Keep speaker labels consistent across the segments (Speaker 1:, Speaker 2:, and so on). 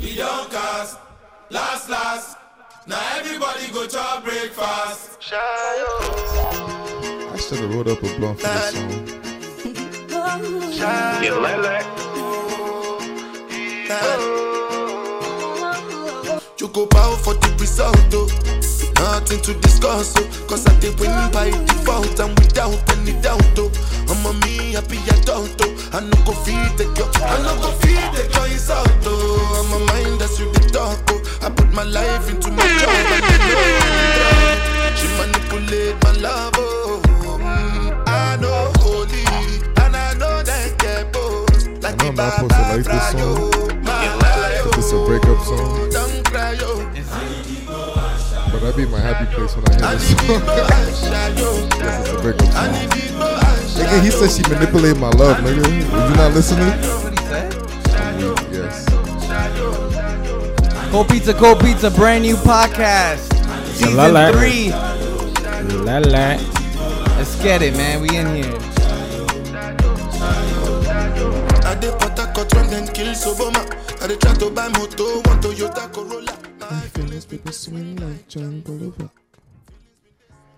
Speaker 1: e don cast last last na everybody go chop breakfast.
Speaker 2: I should have rolled up a blunt for this song.
Speaker 3: Get lilac.
Speaker 4: You go bow for the result, oh. Nothing to discuss, oh. Cause I did win by default and without any doubt, oh. I'm a me happy adult, oh. I no go feed the girl, I no go feed the girl insult, oh. I'm a mind as you the talk, oh. I put my life into my job, and you know I'm proud. She manipulate my love, oh. Mm, I know holy, and I know that get both. Like
Speaker 2: I know I'm not supposed to like this song. It's a breakup song,
Speaker 4: oh. Don't cry, oh.
Speaker 2: but that'd be my happy place when I hear this song. it's a breakup song. Nigga, he said she manipulate my love, nigga. Were you not listening?
Speaker 3: What he said?
Speaker 2: Yes.
Speaker 3: Cold Pizza, Cold Pizza, brand new podcast. Season
Speaker 5: Lilac.
Speaker 3: three.
Speaker 5: La la.
Speaker 3: Let's get it, man. We in here.
Speaker 4: I dey port harcourt when dem kill soboma i dey try to buy moto one toyota corolla. my feelings people swing like jungle over.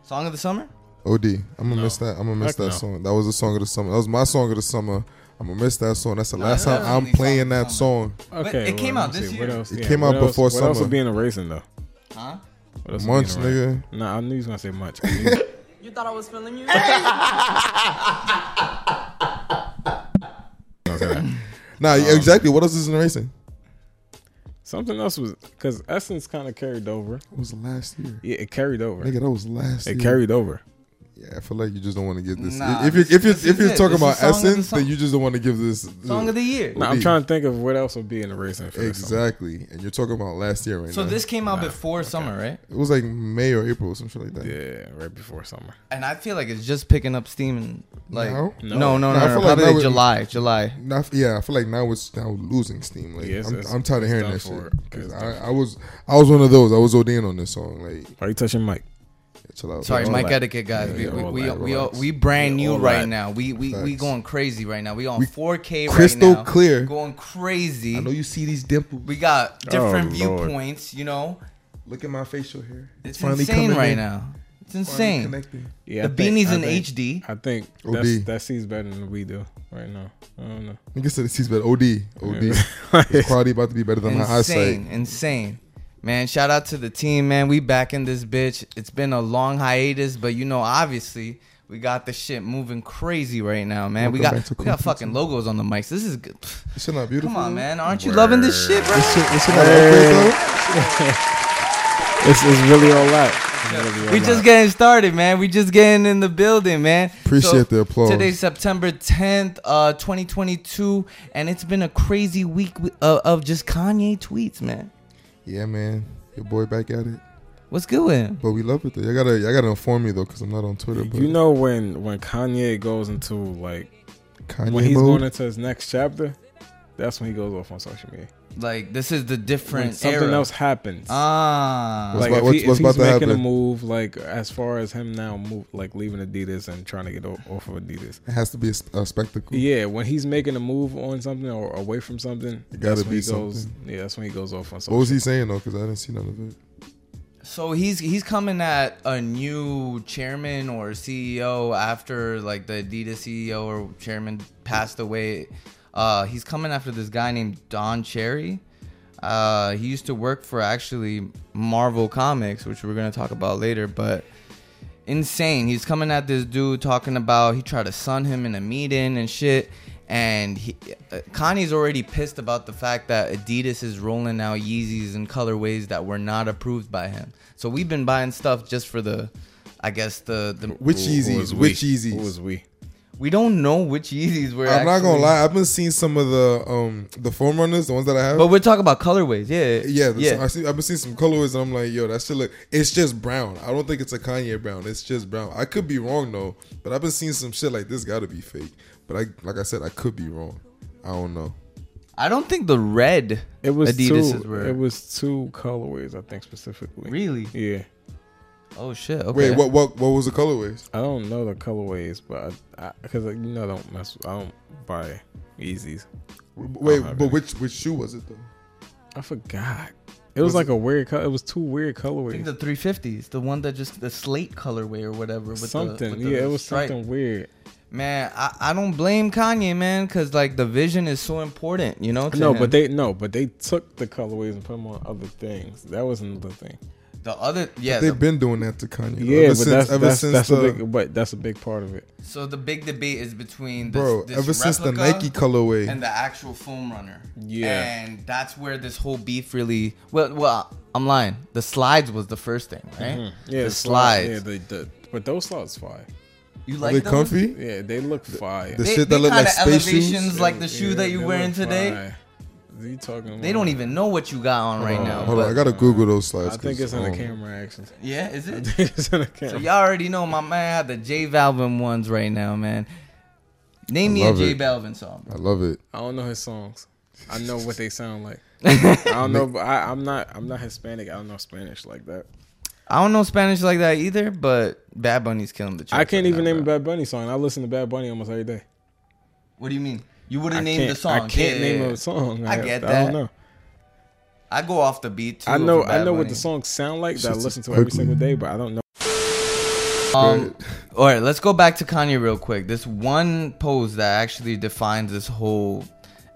Speaker 3: Song of the summer?
Speaker 2: OD, I'm gonna miss that. I'm gonna miss
Speaker 5: Heck
Speaker 2: that
Speaker 5: no.
Speaker 2: song. That was the song of the summer. That was my song of the summer. I'm gonna miss that song. That's the last time
Speaker 3: that was
Speaker 2: I'm
Speaker 3: the song
Speaker 2: playing
Speaker 3: of the
Speaker 2: that song.
Speaker 5: Okay.
Speaker 3: it came
Speaker 5: well,
Speaker 3: out
Speaker 5: let me
Speaker 3: this
Speaker 5: see.
Speaker 3: year.
Speaker 5: What else?
Speaker 2: It
Speaker 5: yeah,
Speaker 2: came
Speaker 5: what
Speaker 2: out
Speaker 5: else-
Speaker 2: before
Speaker 5: What else
Speaker 2: summer.
Speaker 5: would be in a racing though?
Speaker 3: Huh?
Speaker 5: What else would be
Speaker 2: Munch,
Speaker 5: in a racing?
Speaker 2: nigga.
Speaker 5: Nah, I knew he was gonna say munch.
Speaker 6: You thought I was feeling you?
Speaker 2: Nah,
Speaker 5: Um,
Speaker 2: exactly. What else is in racing?
Speaker 5: Something else was because Essence kind of carried over.
Speaker 2: It was last year.
Speaker 5: Yeah, it carried over.
Speaker 2: Nigga, that was last
Speaker 5: it
Speaker 2: year.
Speaker 5: carried over.
Speaker 2: Yeah, I feel like you just don't want to give this.
Speaker 3: Nah,
Speaker 2: if you if you
Speaker 3: this
Speaker 2: if
Speaker 3: is
Speaker 2: you're
Speaker 3: it.
Speaker 2: talking
Speaker 3: This is
Speaker 2: about
Speaker 3: song of the
Speaker 2: essence, then
Speaker 3: song.
Speaker 2: you just don't want to give this.
Speaker 3: Song of the year.
Speaker 5: Nah, I'm trying to think of what else would be in a racing. For this summer.
Speaker 2: Exactly, and you're talking about last year right
Speaker 3: So
Speaker 2: now.
Speaker 3: this came out before summer, right?
Speaker 2: it was like May or April, some shit like that.
Speaker 5: Yeah, right before summer.
Speaker 3: And I feel like it's just picking up steam and like
Speaker 2: No?
Speaker 3: no, no, no, no,
Speaker 2: No, I
Speaker 3: no,
Speaker 2: feel like
Speaker 3: probably
Speaker 2: that would-
Speaker 3: July, July.
Speaker 2: Now, I f- yeah, I feel like now it's now losing steam. Like
Speaker 5: Yeah, it's-
Speaker 2: I'm,
Speaker 5: it's-
Speaker 2: I'm tired of
Speaker 5: it's
Speaker 2: hearing
Speaker 5: done
Speaker 2: that
Speaker 5: for.
Speaker 2: shit. Cause
Speaker 5: It's
Speaker 2: I,
Speaker 5: done.
Speaker 2: I was I was one of those. I was ODing on this song. Like
Speaker 5: Are you touching Mike?
Speaker 2: chill out.
Speaker 3: Sorry,
Speaker 5: all
Speaker 3: Mike
Speaker 5: that.
Speaker 3: etiquette guys.
Speaker 5: Yeah,
Speaker 3: we
Speaker 5: yeah,
Speaker 3: we
Speaker 5: all
Speaker 3: we,
Speaker 5: that,
Speaker 3: we,
Speaker 5: relax.
Speaker 3: we brand
Speaker 5: Yeah,
Speaker 3: new
Speaker 5: all
Speaker 3: right
Speaker 5: that.
Speaker 3: now. We we, we
Speaker 2: Facts.
Speaker 3: going crazy right now. We on
Speaker 2: We-
Speaker 3: 4K
Speaker 2: crystal
Speaker 3: right now.
Speaker 2: clear.
Speaker 3: Going crazy.
Speaker 2: I know you see these dimples.
Speaker 3: we got different
Speaker 5: Oh, Lord.
Speaker 3: viewpoints, you know.
Speaker 2: Look at my facial hair.
Speaker 3: It's
Speaker 2: finally
Speaker 3: insane
Speaker 2: coming
Speaker 3: right
Speaker 2: in.
Speaker 3: now. It's
Speaker 2: Finally
Speaker 3: insane.
Speaker 2: connecting.
Speaker 5: Yeah,
Speaker 3: The
Speaker 5: I think-
Speaker 3: beanie's
Speaker 5: I
Speaker 3: in
Speaker 5: think-
Speaker 3: HD.
Speaker 5: I think
Speaker 2: OD.
Speaker 5: that's, that sees better than we do right now. I don't know.
Speaker 2: Nigga said it sees better. OD, OD.
Speaker 5: Yeah.
Speaker 2: His quality about to be better than my eyesight.
Speaker 3: Insane, insane. Man, shout out to the team, man. We back in this bitch. It's been a long hiatus, but you know, obviously, we got the shit moving crazy right now, man. we
Speaker 2: Welcome
Speaker 3: got
Speaker 2: back to
Speaker 3: we got
Speaker 2: Cool
Speaker 3: fucking logos on the mics. This is good.
Speaker 2: This shit not beautiful.
Speaker 3: Come on, man. Aren't you loving this shit, bro?
Speaker 2: This shit, this shit not okay,
Speaker 5: It's, it's really all that. It's really all
Speaker 3: We
Speaker 5: that.
Speaker 3: just getting started, man. We just getting in the building, man.
Speaker 2: Appreciate the applause.
Speaker 3: Today's September 10th, uh, 2022, and it's been a crazy week wi- of, of just Kanye tweets, man.
Speaker 2: though. Yeah, man. Your boy back at it.
Speaker 3: What's good with him?
Speaker 2: But we love it though. Y'all gotta y'all gotta inform me though, cause I'm not on Twitter. But
Speaker 5: You know when when Kanye goes into like
Speaker 2: Kanye
Speaker 5: when he's
Speaker 2: mode.
Speaker 5: going into his next chapter, that's when he goes off on social media.
Speaker 3: Like, this is the
Speaker 5: When
Speaker 3: different
Speaker 5: something
Speaker 3: era.
Speaker 5: else happens.
Speaker 3: Ah.
Speaker 2: What's
Speaker 5: like
Speaker 2: about-
Speaker 5: if,
Speaker 2: what's-
Speaker 5: he,
Speaker 2: what's
Speaker 5: if he's
Speaker 2: about to
Speaker 5: making a
Speaker 2: happen?
Speaker 5: move, like as far as him now move, like leaving Adidas and trying to get o- off of Adidas.
Speaker 2: it has to be a, s- a spectacle.
Speaker 5: Yeah, when he's making a move on something or away from something,
Speaker 2: gotta
Speaker 5: that's when
Speaker 2: be
Speaker 5: he goes.
Speaker 2: something.
Speaker 5: Yeah, that's when he goes off on social.
Speaker 2: What was he saying though? Cause I didn't see none of it.
Speaker 3: So he's he's coming at a new chairman or CEO after like the Adidas CEO or chairman passed away. Uh, he's coming after this guy named Don Cherry. Uh, he used to work for actually Marvel Comics, which we're gonna talk about later. But insane, he's coming at this dude talking about he tried to sun him in a meeting and shit. And he, uh, Kanye's already pissed about the fact that Adidas is rolling out Yeezys in colorways that were not approved by him. So we've been buying stuff just for the, I guess the, the
Speaker 2: Which
Speaker 5: Who- who
Speaker 2: Yeezys?
Speaker 5: was we?
Speaker 2: Which
Speaker 5: Who
Speaker 2: Yeezys?
Speaker 5: was we?
Speaker 3: we don't know which Yeezys we're.
Speaker 2: I'm not gonna
Speaker 3: actually-
Speaker 2: lie. I've been seeing some of the um the foam runners, the ones that I have.
Speaker 3: But we're talking about colorways, yeah,
Speaker 2: yeah, yeah.
Speaker 3: yeah.
Speaker 2: I see, I've been seeing some colorways, and I'm like, yo, that shit look. It's just brown. I don't think it's a Kanye brown. It's just brown. I could be wrong though, but I've been seeing some shit like this. Got to be fake. But I, like I said, I could be wrong. I don't know.
Speaker 3: I don't think the red
Speaker 5: It was
Speaker 3: Adidas
Speaker 5: two.
Speaker 3: were.
Speaker 5: It was two colorways, I think specifically.
Speaker 3: really.
Speaker 5: Yeah,
Speaker 3: Oh shit. Okay.
Speaker 2: Wait, what? What? What was the colorways?
Speaker 5: I don't know the colorways, but I because you know I don't mess. I don't buy Yeezys.
Speaker 2: Wait,
Speaker 5: have
Speaker 2: but
Speaker 5: any.
Speaker 2: which which shoe was it though?
Speaker 5: I forgot. It was, like a weird color. It was two weird
Speaker 3: I think
Speaker 5: colorways.
Speaker 3: the 350s, the one that just the slate colorway or whatever. With The,
Speaker 5: something.
Speaker 3: with the
Speaker 5: yeah, it was
Speaker 3: stripe.
Speaker 5: something weird.
Speaker 3: Man, I, I don't blame Kanye, man, because like the vision is so important, you know. to
Speaker 5: No,
Speaker 3: him.
Speaker 5: but they no, but they took the colorways and put them on other things. That was another thing.
Speaker 3: the other yeah.
Speaker 2: They've
Speaker 3: the-
Speaker 2: been doing that to Kanye. though.
Speaker 5: Yeah,
Speaker 2: ever
Speaker 5: but
Speaker 2: since,
Speaker 5: that's
Speaker 2: ever
Speaker 5: that's,
Speaker 2: since
Speaker 5: that's
Speaker 2: the
Speaker 5: a big but that's a big part of it.
Speaker 3: so the big debate is between this,
Speaker 2: bro,
Speaker 3: this
Speaker 2: ever since the
Speaker 3: replica
Speaker 2: Nike colorway.
Speaker 3: and the actual foam runner.
Speaker 5: Yeah.
Speaker 3: and that's where this whole beef really. Well, well, I'm lying. The slides was the first thing, right?
Speaker 2: Mm-hmm.
Speaker 5: Yeah,
Speaker 3: the
Speaker 5: the slides.
Speaker 3: slides.
Speaker 5: Yeah, the, the but those slides fire.
Speaker 3: you
Speaker 2: are
Speaker 3: like
Speaker 2: they
Speaker 3: those?
Speaker 2: comfy?
Speaker 5: Yeah, they look fire.
Speaker 2: The
Speaker 3: They,
Speaker 2: shit that
Speaker 3: they
Speaker 2: look like
Speaker 3: kinda
Speaker 2: space
Speaker 3: elevations
Speaker 2: shoes.
Speaker 3: like the shoe
Speaker 5: Yeah,
Speaker 3: that you're
Speaker 5: they
Speaker 3: wearing
Speaker 5: look
Speaker 3: today.
Speaker 5: fire. You talking?
Speaker 3: They don't even know what you got on right
Speaker 5: on,
Speaker 3: now.
Speaker 2: Hold
Speaker 3: but,
Speaker 2: on, I gotta Google those slides.
Speaker 5: I think
Speaker 2: 'cause,
Speaker 5: it's in the
Speaker 2: um,
Speaker 5: camera actually.
Speaker 3: yeah, is
Speaker 5: I
Speaker 3: it?
Speaker 5: think it's in the camera.
Speaker 3: So y'all already know my man had the J Balvin ones right now, man. Name me a
Speaker 2: love
Speaker 3: J
Speaker 2: it.
Speaker 3: Balvin song. bro.
Speaker 2: I love it.
Speaker 5: I don't know his songs. I know what they sound like. I don't know, but I, I'm not. I'm not Hispanic. I don't know Spanish like that.
Speaker 3: I don't know Spanish like that either, but Bad Bunny's killing the track.
Speaker 5: I can't
Speaker 3: right
Speaker 5: even
Speaker 3: now,
Speaker 5: name a
Speaker 3: bro.
Speaker 5: Bad Bunny song. I listen to Bad Bunny almost every day.
Speaker 3: What do you mean? You
Speaker 5: I
Speaker 3: wouldn't name
Speaker 5: can't,
Speaker 3: the song.
Speaker 5: I can't
Speaker 3: Yeah,
Speaker 5: name
Speaker 3: yeah, yeah.
Speaker 5: a song.
Speaker 3: I get
Speaker 5: I
Speaker 3: that.
Speaker 5: don't know.
Speaker 3: I go off the beat too.
Speaker 5: I know.
Speaker 3: for
Speaker 5: I
Speaker 3: Bad
Speaker 5: know what
Speaker 3: Bunny.
Speaker 5: the songs sound like. That I
Speaker 2: Shit's
Speaker 5: listen to every
Speaker 2: ugly.
Speaker 5: single day, but I don't know.
Speaker 3: Um, all right, let's go back to Kanye real quick. This one pose that actually defines this whole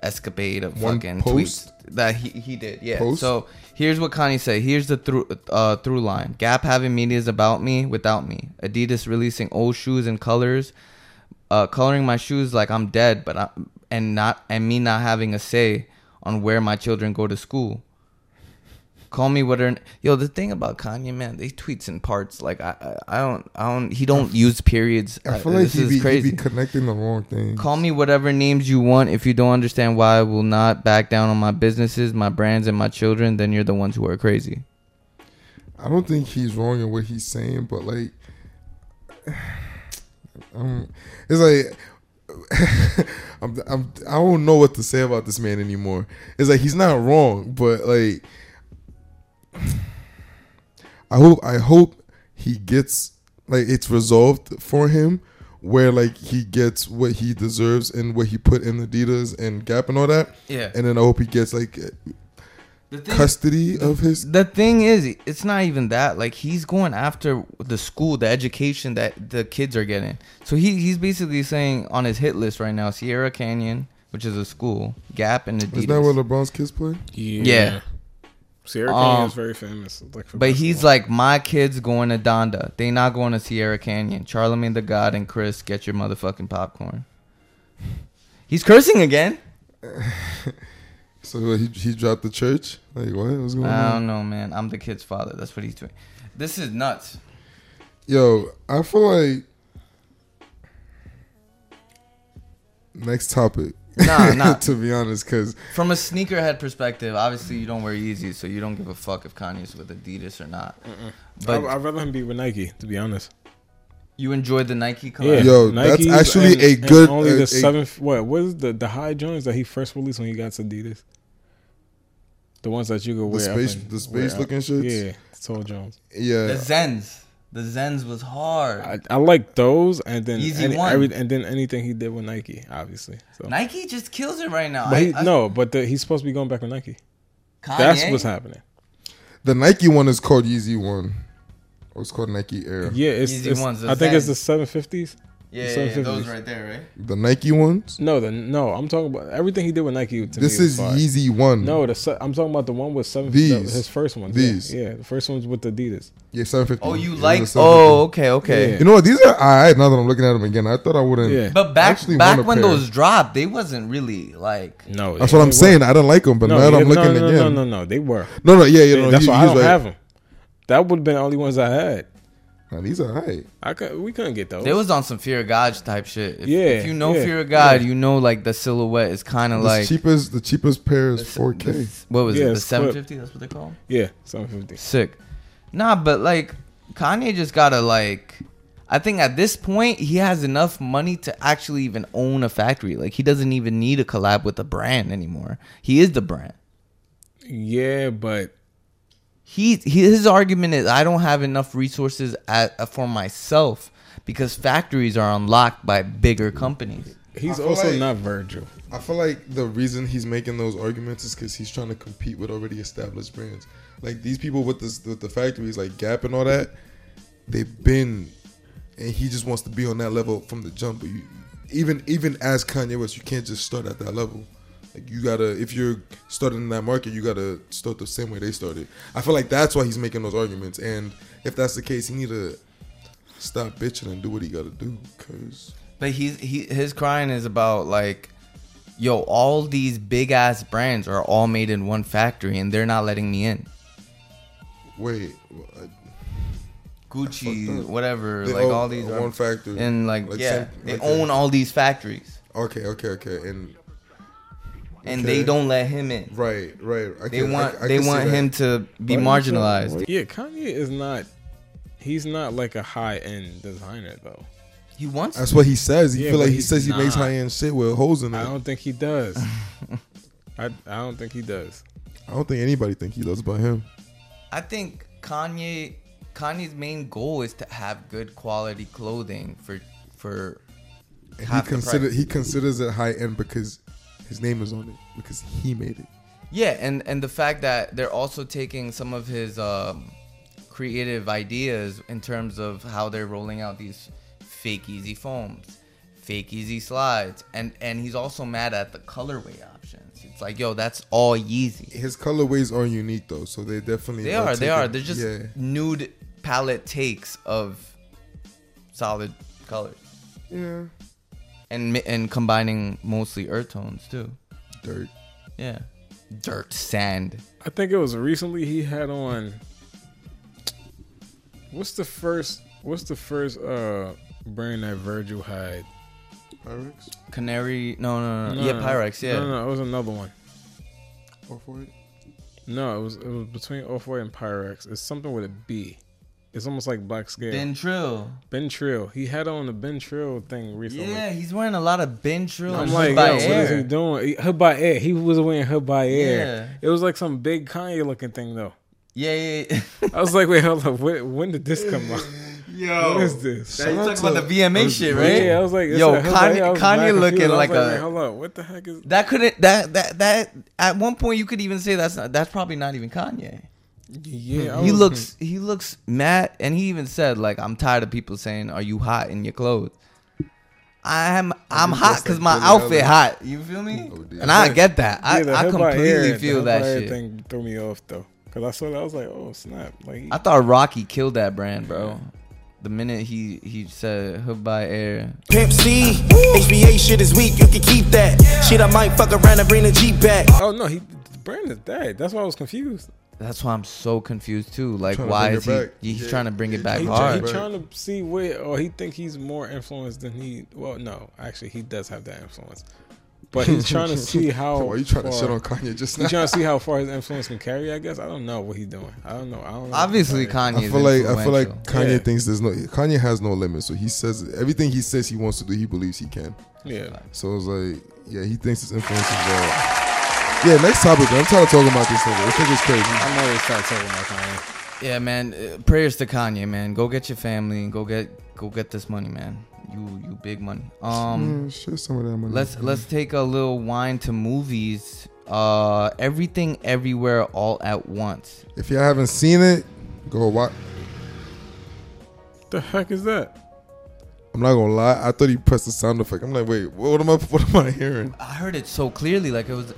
Speaker 3: escapade of
Speaker 2: One
Speaker 3: fucking
Speaker 2: post?
Speaker 3: tweets that he, he did. Yeah.
Speaker 2: Post?
Speaker 3: So here's what Kanye said. Here's the through uh, through line. Gap having media is about me without me. Adidas releasing old shoes and colors, uh, coloring my shoes like I'm dead, but I, and not and me not having a say on where my children go to school. Call me whatever. Yo, the thing about Kanye, man, they tweets in parts. Like I, I, I don't, I don't. He don't use periods. Uh,
Speaker 2: I feel like
Speaker 3: this
Speaker 2: he
Speaker 3: is
Speaker 2: be, he
Speaker 3: crazy.
Speaker 2: be connecting the wrong thing.
Speaker 3: Call me whatever names you want. If you don't understand why I will not back down on my businesses, my brands, and my children, then you're the ones who are crazy.
Speaker 2: I don't think he's wrong in what he's saying, but like, um, it's like. I'm, I'm, I don't know what to say about this man anymore. It's like he's not wrong, but like, I hope I hope he gets like it's resolved for him, where like he gets what he deserves and what he put in Adidas and Gap and all that.
Speaker 3: Yeah.
Speaker 2: and then I hope he gets like
Speaker 3: The thing,
Speaker 2: custody of his
Speaker 3: the thing is, it's not even that. Like he's going after the school, the education that the kids are getting. So he he's basically saying on his hit list right now, Sierra Canyon, which is a school, Gap, and Adidas.
Speaker 2: Isn't that where LeBron's kids play?
Speaker 3: Yeah.
Speaker 5: Sierra
Speaker 3: Um,
Speaker 5: Canyon is very famous. Like for
Speaker 3: But he's like, my kids going to Donda. They not going to Sierra Canyon. Charlemagne the God and Chris, get your motherfucking popcorn. He's cursing again.
Speaker 2: So what, he he dropped the church. Like what? What's going
Speaker 3: I
Speaker 2: on?
Speaker 3: don't know, man. I'm the kid's father. That's what he's doing. This is nuts.
Speaker 2: Yo, I feel like next topic.
Speaker 3: Nah, nah.
Speaker 2: to be honest, because
Speaker 3: From a sneakerhead perspective, obviously you don't wear Yeezys, so you don't give a fuck if Kanye's with Adidas or not.
Speaker 5: I,
Speaker 3: But
Speaker 5: I'd rather him be with Nike, to be honest.
Speaker 3: you enjoyed the Nike
Speaker 5: Yeah,
Speaker 3: collab.
Speaker 2: Yo, that's
Speaker 5: Nikes
Speaker 2: actually
Speaker 5: and-
Speaker 2: a
Speaker 5: and
Speaker 2: good-
Speaker 5: Only
Speaker 2: a-
Speaker 5: the
Speaker 2: a-
Speaker 5: seventh. What was the the high joints that he first released when he got to Adidas? The ones that you could wear. up
Speaker 2: space-
Speaker 5: and
Speaker 2: the space
Speaker 5: wear out.
Speaker 2: looking shits?
Speaker 5: Yeah, Soul Jones.
Speaker 3: The
Speaker 2: yeah,
Speaker 3: Zens. The Zens was hard.
Speaker 5: I, I like those, and then
Speaker 3: Yeezy
Speaker 5: any,
Speaker 3: One.
Speaker 5: every, and then anything he did with Nike, obviously. So.
Speaker 3: Nike just kills it right now.
Speaker 5: But
Speaker 3: I-
Speaker 5: he,
Speaker 3: I-
Speaker 5: no, but the, he's supposed to be going back with Nike.
Speaker 3: Kanye?
Speaker 5: That's what's happening.
Speaker 2: the Nike one is called Yeezy one. Or it's called Nike Air.
Speaker 5: Yeah, it's,
Speaker 3: Yeezy
Speaker 5: it's-
Speaker 3: ones, the
Speaker 5: I think it's
Speaker 3: Zens.
Speaker 5: the seven fifties.
Speaker 3: Yeah,
Speaker 5: So
Speaker 3: yeah, yeah, those
Speaker 5: 50s.
Speaker 3: right there, right?
Speaker 2: The Nike ones.
Speaker 5: No, the no. I'm talking about everything he did with Nike. To
Speaker 2: This
Speaker 5: me
Speaker 2: is
Speaker 5: was fire.
Speaker 2: Yeezy one.
Speaker 5: No, the se- I'm talking about the one with seven.
Speaker 2: These.
Speaker 5: the- his first one. yeah,
Speaker 2: These.
Speaker 5: Yeah, the first one's with Adidas.
Speaker 2: yeah, seven fifty.
Speaker 3: Oh, you like? Oh, okay, okay.
Speaker 5: Yeah.
Speaker 2: You know what? These are all right now that I'm looking at them again. I thought I wouldn't.
Speaker 5: Yeah.
Speaker 3: But back
Speaker 2: actually
Speaker 3: back
Speaker 2: want a
Speaker 3: when
Speaker 2: pair.
Speaker 3: those dropped, they wasn't really like.
Speaker 5: No,
Speaker 2: That's what I'm saying. I don't like them, but
Speaker 5: No,
Speaker 2: now that
Speaker 5: they-
Speaker 2: I'm looking
Speaker 5: no, no,
Speaker 2: again.
Speaker 5: no, no, no. They were.
Speaker 2: No, no, yeah, you
Speaker 5: Yeah,
Speaker 2: know,
Speaker 5: that's
Speaker 2: he-
Speaker 5: why I
Speaker 2: he's
Speaker 5: don't
Speaker 2: right.
Speaker 5: have them. That would have been the only ones I had.
Speaker 2: Nah, these are high.
Speaker 5: I could. We couldn't get those.
Speaker 3: They was on some Fear of God type shit. If,
Speaker 5: Yeah,
Speaker 3: if you know
Speaker 5: yeah,
Speaker 3: Fear of God,
Speaker 5: yeah.
Speaker 3: you know like the silhouette is kind of
Speaker 2: The
Speaker 3: like
Speaker 2: cheapest, the cheapest pair is four K.
Speaker 3: what was
Speaker 5: Yeah,
Speaker 3: it? The
Speaker 5: it's flip.
Speaker 3: 750? That's what they call 'em?
Speaker 5: yeah, seven fifty.
Speaker 3: Sick. Nah, but like Kanye just gotta like. I think at this point he has enough money to actually even own a factory. Like he doesn't even need a collab with a brand anymore. He is the brand.
Speaker 5: Yeah, but
Speaker 3: he, he his argument is I don't have enough uh, resources at, for myself because factories are unlocked by bigger companies.
Speaker 5: He's
Speaker 2: I feel
Speaker 5: also
Speaker 2: like-
Speaker 5: not Virgil.
Speaker 2: I feel like the reason he's making those arguments is because he's trying to compete with already established brands. Like these people with this with the factories, like Gap and all that, they've been, and he just wants to be on that level from the jump. But you, even even as Kanye West, you can't just start at that level. Like you gotta, if you're starting in that market, you gotta start the same way they started. I feel like that's why he's making those arguments. And if that's the case, he need to stop bitching and do what he gotta do. Cause
Speaker 3: But he's he his crying is about like, yo, all these big ass brands are all made in one factory, and they're not letting me in.
Speaker 2: wait. uh, I- Fucked
Speaker 3: Gucci,
Speaker 2: up.
Speaker 3: whatever,
Speaker 2: They
Speaker 3: like
Speaker 2: own
Speaker 3: all these
Speaker 2: one factory.
Speaker 3: and like,
Speaker 2: Like
Speaker 3: yeah,
Speaker 2: some-
Speaker 3: they
Speaker 2: like
Speaker 3: own
Speaker 2: the-
Speaker 3: all these factories,
Speaker 2: Okay, okay, okay. And
Speaker 3: and
Speaker 2: Okay.
Speaker 3: they don't let him in.
Speaker 2: right, right. I
Speaker 3: They
Speaker 2: can- I-
Speaker 3: want
Speaker 2: I
Speaker 3: they
Speaker 2: can see
Speaker 3: want
Speaker 2: that.
Speaker 3: him to be
Speaker 5: Why you feel-
Speaker 3: marginalized.
Speaker 5: Yeah, Kanye is not. He's not like a high end designer though.
Speaker 3: He wants.
Speaker 2: That's what he says. You
Speaker 5: Yeah,
Speaker 2: feel like
Speaker 5: but
Speaker 2: he
Speaker 5: he's
Speaker 2: says he makes
Speaker 5: not.
Speaker 2: high end shit with holes in it.
Speaker 5: I
Speaker 2: I don't,
Speaker 5: don't think he does. I I don't think he does.
Speaker 2: think anybody think he does about him.
Speaker 3: I think Kanye Kanye's main goal is to have good quality clothing for for
Speaker 2: And
Speaker 3: Half
Speaker 2: he
Speaker 3: the
Speaker 2: consider
Speaker 3: price.
Speaker 2: he considers it high end because his name is on it because he made it.
Speaker 3: Yeah, and and the fact that they're also taking some of his um, creative ideas in terms of how they're rolling out these fake easy foams, fake easy slides, and and he's also mad at the colorway options. It's like, yo, that's all Yeezy.
Speaker 2: His colorways are unique though, so they definitely
Speaker 3: They are, they
Speaker 2: taking-
Speaker 3: are. They're just
Speaker 2: yeah.
Speaker 3: nude palette takes of solid colors
Speaker 2: yeah
Speaker 3: and mi- and combining mostly earth tones too.
Speaker 2: dirt.
Speaker 3: Yeah, dirt, sand.
Speaker 5: I think it was recently he had on. What's the first? What's the first uh brand that Virgil had?
Speaker 2: Pyrex
Speaker 3: Canary, no, no, no, no. yeah, Pyrex, yeah.
Speaker 5: No, no, it was another one.
Speaker 2: or for it.
Speaker 5: No, it was it was between Off White and Pyrex. It's something with a B. It's almost like Black Scale.
Speaker 3: Ben Trill.
Speaker 5: Ben, Trill. He had on the Ben Trill thing recently.
Speaker 3: Yeah, he's wearing a lot of Ben Trill.
Speaker 5: I'm
Speaker 3: and
Speaker 5: like,
Speaker 3: Hood by
Speaker 5: yo, what is
Speaker 3: Air.
Speaker 5: he doing? He- Hood by air. He was wearing hood by air.
Speaker 3: Yeah.
Speaker 5: It was like some big Kanye looking thing though.
Speaker 3: Yeah, yeah, yeah.
Speaker 5: I was like, wait, hold up. When, when did this come out?
Speaker 3: Yo.
Speaker 5: What is this?
Speaker 3: you talking about the VMA shit, right?
Speaker 5: Yeah, I was like, it's
Speaker 3: yo,
Speaker 5: a hood by
Speaker 3: Kanye,
Speaker 5: air. I was mad
Speaker 3: Kanye
Speaker 5: confused. I
Speaker 3: looking
Speaker 5: was
Speaker 3: like
Speaker 5: man,
Speaker 3: a.
Speaker 5: hold up. What the heck is?
Speaker 3: That couldn't. That that that. At one point, you could even say that's not. That's probably not even Kanye.
Speaker 5: Yeah, I
Speaker 3: He
Speaker 5: was-
Speaker 3: looks. He looks mad, and he even said like, "I'm tired of people saying, are you hot in your clothes." I'm I'm
Speaker 2: just
Speaker 3: hot
Speaker 2: dressed
Speaker 3: because
Speaker 2: like
Speaker 3: my
Speaker 2: Billie
Speaker 3: outfit
Speaker 2: Eilish.
Speaker 3: hot. You feel me?
Speaker 2: Oh, dear.
Speaker 3: and I get that. I,
Speaker 5: Yeah, the
Speaker 3: I
Speaker 5: hood by
Speaker 3: completely
Speaker 5: air- the
Speaker 3: feel
Speaker 5: hood
Speaker 3: that
Speaker 5: by air
Speaker 3: shit.
Speaker 5: Thing threw me off though, cause I saw that I was like, oh snap! Like, he-
Speaker 3: I thought Rocky killed that brand, bro. The minute he he said hood by air,
Speaker 7: Pimp C, HBA shit is weak, you can keep that. Shit, I might fuck around and bring the Jeep back.
Speaker 5: oh no, he the brand is dead. That's why I was confused.
Speaker 3: that's why I'm so confused too. Like,
Speaker 2: Tryna
Speaker 3: why
Speaker 2: bring
Speaker 3: is
Speaker 2: it
Speaker 3: he
Speaker 2: back.
Speaker 3: he's
Speaker 2: Yeah.
Speaker 3: trying to bring it back
Speaker 5: He,
Speaker 3: hard?
Speaker 5: he trying to see where, or he think he's more influenced than he. Well, no, actually, he does have that influence, but he's trying to see how.
Speaker 2: Why are you trying to
Speaker 5: far-
Speaker 2: shit on Kanye just now?
Speaker 5: He's trying to see how far his influence can carry. I guess I don't know what he's doing. I don't know. I don't. Know
Speaker 3: Obviously,
Speaker 5: Like,
Speaker 3: Kanye.
Speaker 2: I feel like I feel like Kanye
Speaker 5: Yeah.
Speaker 2: thinks there's no Kanye has no limits, so he says everything he says he wants to do, he believes he can.
Speaker 5: Yeah.
Speaker 2: So it's like, yeah, he thinks his influence is bad. Yeah, next topic. Bro. I'm tired of talking about this nigga. This nigga's crazy.
Speaker 5: I'm always tired of talking about Kanye.
Speaker 3: yeah, man. uh, Prayers to Kanye, man. Go get your family and go get go get this money, man. You you big money. Um,
Speaker 2: Yeah, share some of that money.
Speaker 3: let's let's take a little wine to movies. Uh, everything, everywhere, all at once.
Speaker 2: If y'all haven't seen it, go watch.
Speaker 5: The heck is that?
Speaker 2: I'm not gonna lie. I thought he pressed the sound effect. I'm like, wait, what am I? What am I hearing?
Speaker 3: I heard it so clearly, like it was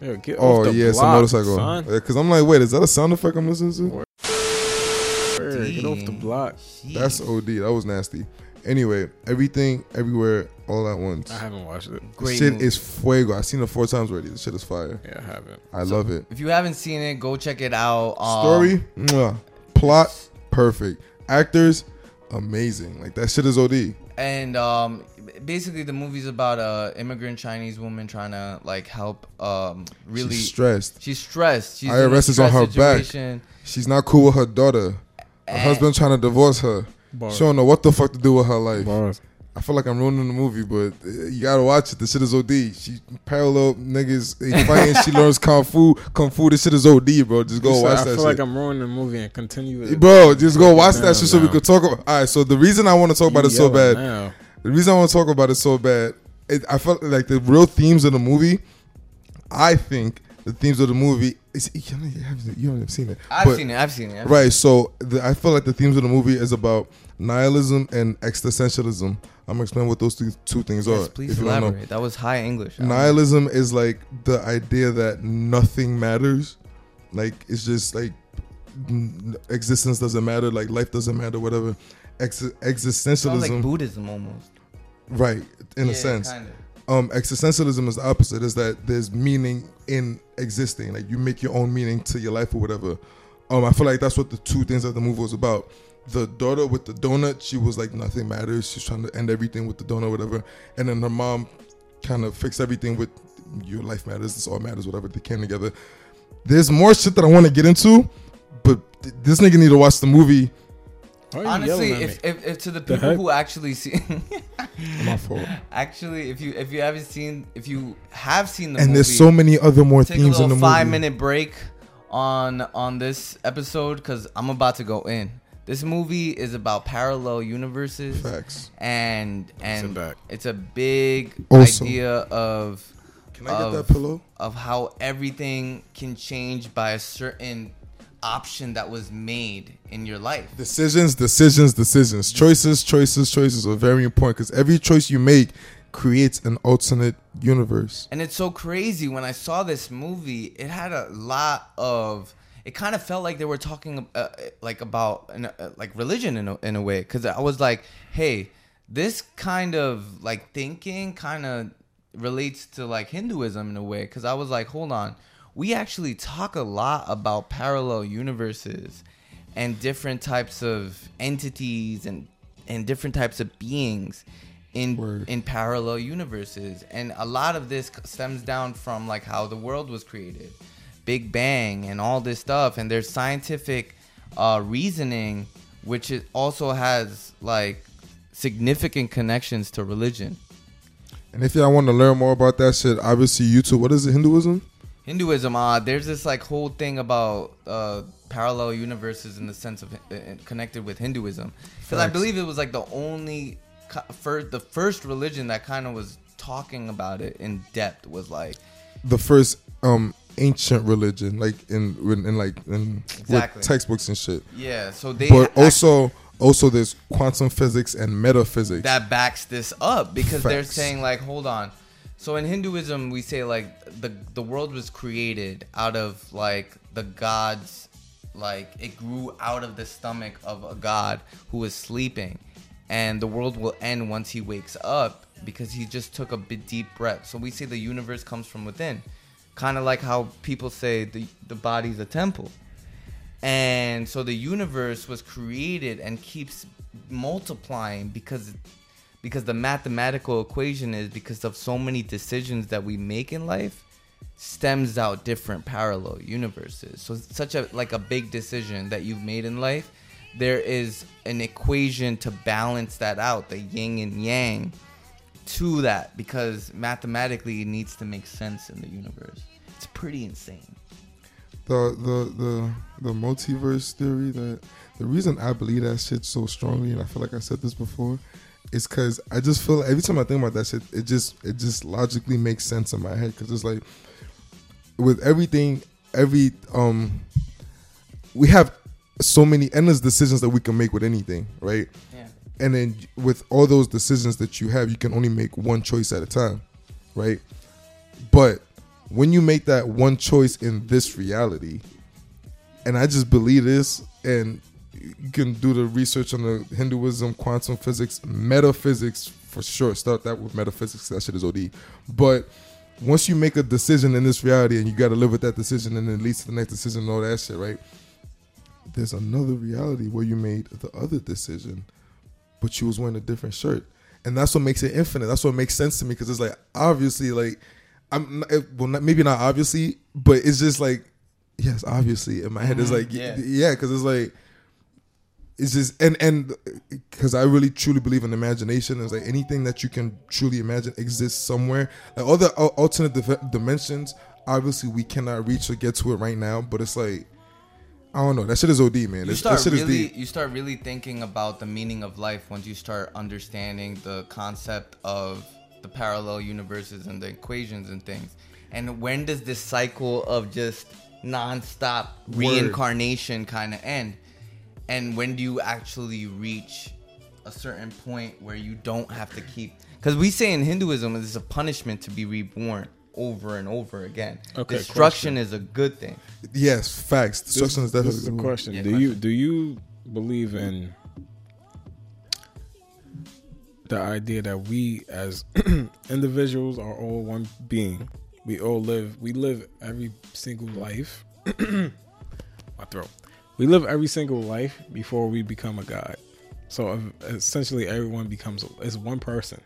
Speaker 5: Yo, get off
Speaker 2: Oh
Speaker 5: the
Speaker 2: yeah, it's a
Speaker 5: block,
Speaker 2: motorcycle.
Speaker 5: son.
Speaker 2: Because I'm like, wait, is that a sound effect I'm listening to?
Speaker 5: Word, Get off the
Speaker 3: Dang.
Speaker 5: block.
Speaker 2: That's OD. That was nasty. Anyway, everything, everywhere, all at once.
Speaker 5: I haven't watched it.
Speaker 2: The
Speaker 3: great.
Speaker 2: shit
Speaker 3: movie.
Speaker 2: is fuego. I've seen it four times already. The shit is fire.
Speaker 5: Yeah, I haven't.
Speaker 2: I love it.
Speaker 3: If you haven't seen it, go check it out. Um,
Speaker 2: Story, mwah. plot, perfect. Actors, amazing. Like that shit is OD.
Speaker 3: and um, basically the movie's about a immigrant Chinese woman trying to like help. Um, really,
Speaker 2: She's stressed.
Speaker 3: She's stressed. She's in a
Speaker 2: IRS is on
Speaker 3: stress
Speaker 2: her back.
Speaker 3: situation.
Speaker 2: She's not cool with her daughter. Her
Speaker 3: Eh.
Speaker 2: husband trying to divorce her. She don't know what the fuck to do with her life.
Speaker 5: Bars.
Speaker 2: I feel like I'm ruining the movie, but uh, you gotta watch it. The shit is OD. She parallel niggas. They fighting. she learns kung fu. Kung fu. This shit is OD, bro. Just go
Speaker 5: So
Speaker 2: watch
Speaker 5: I
Speaker 2: that.
Speaker 5: feel
Speaker 2: shit.
Speaker 5: like I'm ruining the movie and continue it.
Speaker 2: Bro, just go watch
Speaker 5: Damn,
Speaker 2: that shit so we
Speaker 5: damn.
Speaker 2: could talk about. All right, so the reason I want to talk about
Speaker 5: You
Speaker 2: it so
Speaker 5: yelling
Speaker 2: bad,
Speaker 5: now.
Speaker 2: The reason I want to talk about it so bad, it, I felt like the real themes of the movie. I think the themes of the movie is you haven't, you haven't- you haven't seen it.
Speaker 3: I've
Speaker 2: but-
Speaker 3: seen it. I've seen it.
Speaker 2: Right. So the, I feel like the themes of the movie is about nihilism and existentialism. I'm gonna explain what those two, two things
Speaker 3: Yes,
Speaker 2: are.
Speaker 3: please
Speaker 2: if you don't know.
Speaker 3: elaborate. That was high English.
Speaker 2: Nihilism is like the idea that nothing matters. Like it's just like n- existence doesn't matter. Like life doesn't matter. Whatever. Ex-
Speaker 3: Sounds like
Speaker 2: existentialism,
Speaker 3: Buddhism almost.
Speaker 2: right? In a sense. Um, existentialism is the opposite. Is that there's meaning in existing. Like you make your own meaning to your life or whatever. Um, I feel like that's what the two things that the movie was about. The daughter with the donut, she was like nothing matters. She's trying to end everything with the donut, whatever. And then her mom kind of fixed everything with your life matters. This all matters, whatever. They came together. There's more shit that I want to get into, but th- this nigga need to watch the movie.
Speaker 5: Why are you
Speaker 3: Honestly,
Speaker 5: yelling at
Speaker 3: if,
Speaker 5: me?
Speaker 3: if, if to the people
Speaker 5: heck?
Speaker 3: who actually see,
Speaker 2: My fault.
Speaker 3: actually, if you if you haven't seen, if you have seen the
Speaker 2: And
Speaker 3: movie,
Speaker 2: there's so many other more
Speaker 3: take a
Speaker 2: themes in
Speaker 3: little
Speaker 2: the
Speaker 3: five
Speaker 2: movie.
Speaker 3: minute break on on this episode because I'm about to go in. This movie is about parallel universes.
Speaker 2: Facts.
Speaker 3: And and
Speaker 5: back.
Speaker 3: it's a big
Speaker 2: Also-
Speaker 3: idea of
Speaker 2: Can I get
Speaker 3: of-
Speaker 2: that pillow?
Speaker 3: of how everything can change by a certain option that was made in your life.
Speaker 2: Decisions, decisions, decisions. Choices, choices, choices are very important because every choice you make creates an alternate universe.
Speaker 3: And it's so crazy when I saw this movie, it had a lot of it kind of felt like they were talking uh, like about an, uh, like religion in a, in a way cuz I was like, "Hey, this kind of like thinking kind of relates to like Hinduism in a way cuz I was like, "Hold on. We actually talk a lot about parallel universes and different types of entities and and different types of beings in
Speaker 2: Word.
Speaker 3: in parallel universes and a lot of this stems down from like how the world was created big bang and all this stuff and there's scientific uh, reasoning which it also has like significant connections to religion
Speaker 2: And if y'all want to learn more about that shit, obviously YouTube. What is it? Hinduism?
Speaker 3: Hinduism, uh, there's this like whole thing about uh, parallel universes in the sense of uh, connected with Hinduism, because I
Speaker 2: Facts.
Speaker 3: believe it was like the only first, the first religion that kind of was talking about it in depth was like
Speaker 2: The first um ancient religion, like in in, in like in
Speaker 3: Exactly.
Speaker 2: with textbooks and shit.
Speaker 3: yeah. So they
Speaker 2: But oh,
Speaker 3: ac-
Speaker 2: also, also there's quantum physics and metaphysics.
Speaker 3: that backs this up because they're
Speaker 2: Facts.
Speaker 3: saying like hold on so in hinduism we say like the the world was created out of like the gods like it grew out of the stomach of a god who is sleeping and the world will end once he wakes up because he just took a big deep breath so we say the universe comes from within kind of like how people say the, the body's a temple and so the universe was created and keeps multiplying because because the mathematical equation is because of so many decisions that we make in life stems out different parallel universes. So it's such a like a big decision that you've made in life, there is an equation to balance that out, the yin and yang to that because mathematically it needs to make sense in the universe. It's pretty insane.
Speaker 2: the the the the multiverse theory that the reason I believe that shit so strongly and I feel like I said this before is because I just feel every time I think about that shit it just it just logically makes sense in my head because it's like with everything every um we have so many endless decisions that we can make with anything right
Speaker 3: Yeah.
Speaker 2: and then with all those decisions that you have you can only make one choice at a time right but when you make that one choice in this reality, and I just believe this, and you can do the research on the Hinduism, quantum physics, metaphysics for sure. Start that with metaphysics. That shit is OD. But once you make a decision in this reality, and you got to live with that decision, and it leads to the next decision, and all that shit, right? There's another reality where you made the other decision, but you was wearing a different shirt, and that's what makes it infinite. That's what makes sense to me because it's like obviously, like I'm not, it- well, not, maybe not obviously, but it's just like yes, obviously. In my head, it's like
Speaker 3: yeah.
Speaker 2: yeah, because it's like it's just and and because I really truly believe in imagination. It's like anything that you can truly imagine exists somewhere. Like all the al- alternate div- dimensions, obviously we cannot reach or get to it right now, but it's like I don't know. That shit is OD, man.
Speaker 3: You
Speaker 2: That, that
Speaker 3: start
Speaker 2: shit is
Speaker 3: really
Speaker 2: deep.
Speaker 3: you start really thinking about the meaning of life once you start understanding the concept of the parallel universes and the equations and things. And when does this cycle of just nonstop reincarnation kind of end? And when do you actually reach a certain point where you don't have to keep? Because we say in Hinduism, it's a punishment to be reborn over and over again.
Speaker 5: Okay,
Speaker 3: Destruction is a good thing.
Speaker 2: Yes, facts.
Speaker 5: This,
Speaker 2: Destruction is definitely
Speaker 5: this is a
Speaker 2: good.
Speaker 5: question.
Speaker 3: Yeah,
Speaker 5: do you do you believe in the idea that we as individuals are all one being? We all live. We live every single life. My throat. We live every single life before we become a god. So ev- essentially, everyone becomes is one person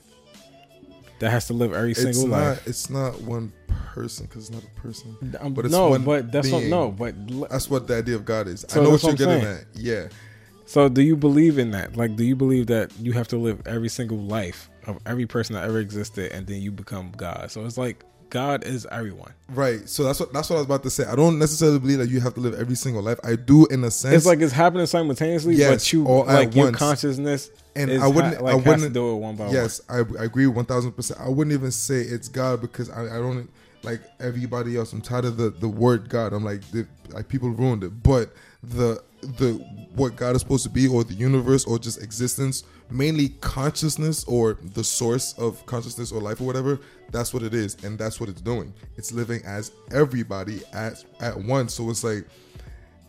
Speaker 5: that has to live every
Speaker 2: It's
Speaker 5: single
Speaker 2: not.
Speaker 5: life.
Speaker 2: It's not one person because it's not a person.
Speaker 5: Um,
Speaker 2: but it's
Speaker 5: no,
Speaker 2: one
Speaker 5: but that's
Speaker 2: being.
Speaker 5: what, no, but l-
Speaker 2: That's what the idea of God is.
Speaker 5: So
Speaker 2: I know what
Speaker 5: that's
Speaker 2: you're
Speaker 5: what I'm
Speaker 2: getting
Speaker 5: saying.
Speaker 2: at. Yeah.
Speaker 5: So, do you believe in that? Like, do you believe that you have to live every single life of every person that ever existed, and then you become God? So it's like God is everyone.
Speaker 2: Right. So that's what that's what I was about to say. I don't necessarily believe that you have to live every single life. I do in a sense.
Speaker 5: It's like it's happening simultaneously,
Speaker 2: Yes,
Speaker 5: but you
Speaker 2: all at
Speaker 5: like your
Speaker 2: once.
Speaker 5: consciousness
Speaker 2: and
Speaker 5: is
Speaker 2: I wouldn't.
Speaker 5: ha- like
Speaker 2: I
Speaker 5: has to
Speaker 2: wouldn't
Speaker 5: do it one by
Speaker 2: Yes, I, I agree one thousand percent. I wouldn't even say it's God because I, I don't like everybody else. I'm tired of the, the word God. I'm like the, like people ruined it. But the the what God is supposed to be, or the universe, or just existence, mainly consciousness, or the source of consciousness or life or whatever. That's what it is, and that's what it's doing. It's living as everybody at at once. So it's like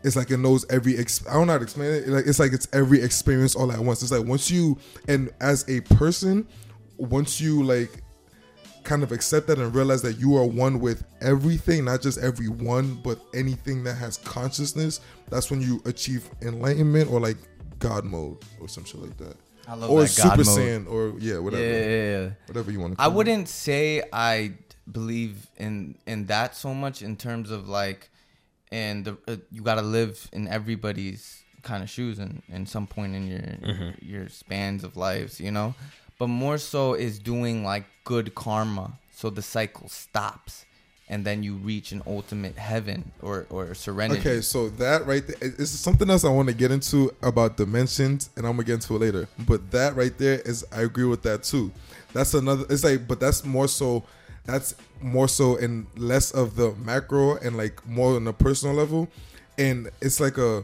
Speaker 2: it's like it knows every ex- I don't know how to explain it. Like it's like it's every experience all at once. It's like once you and as a person, once you like kind of accept that and realize that you are one with everything, not just everyone, but anything that has consciousness, that's when you achieve enlightenment or like God mode or some shit like that.
Speaker 3: I love
Speaker 2: or
Speaker 3: that God
Speaker 2: Super
Speaker 3: mode.
Speaker 2: Saiyan or yeah, whatever.
Speaker 3: yeah.
Speaker 2: Whatever you want to
Speaker 3: I wouldn't say I believe in in that so much in terms of like, and the, uh, you gotta live in everybody's kind of shoes and in some point in your your spans of lives, you know. But more so is doing like good karma, so the cycle stops, and then you reach an ultimate heaven or or serenity.
Speaker 2: Okay, so that right there is something else I want to get into about dimensions, and I'm gonna get into it later. But that right there is, I agree with that too. That's another. It's like, but that's more so. That's more so and less of the macro and like more on a personal level, and it's like a.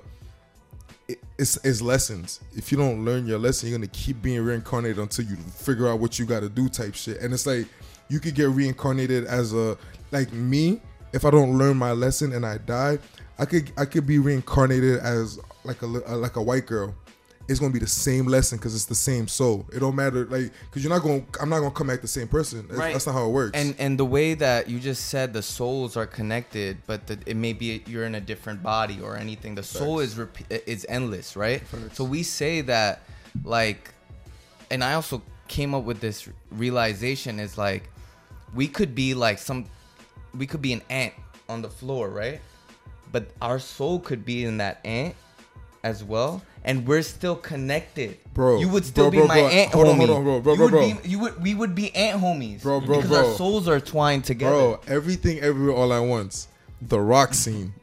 Speaker 2: it- It's, it's lessons. If you don't learn your lesson, you're gonna keep being reincarnated until you figure out what you gotta do, type shit. And it's like you could get reincarnated as a like me. If I don't learn my lesson and I die, I could I could be reincarnated as like a, li- a like a white girl. It's gonna be the same lesson because it's the same soul. It don't matter like because you're not gonna I'm not gonna come back the same person. That's, that's not how it works.
Speaker 3: And and the way that you just said the souls are connected, but that it may be you're in a different body or anything. The soul is rep- is endless, right? So we say that like, and I also came up with this realization is like, we could be like some, we could be an ant on the floor, right? But our soul could be in that ant as well. And we're still connected,
Speaker 2: Bro,
Speaker 3: You would still
Speaker 2: bro, bro,
Speaker 3: be my
Speaker 2: bro.
Speaker 3: ant
Speaker 2: Hold on,
Speaker 3: homie.
Speaker 2: hold on, bro, bro,
Speaker 3: You
Speaker 2: bro,
Speaker 3: would
Speaker 2: bro.
Speaker 3: be you would we would be ant homies,
Speaker 2: Bro, bro,
Speaker 3: because
Speaker 2: bro.
Speaker 3: our souls are twined together.
Speaker 2: Bro, everything everywhere all at once. The rock scene.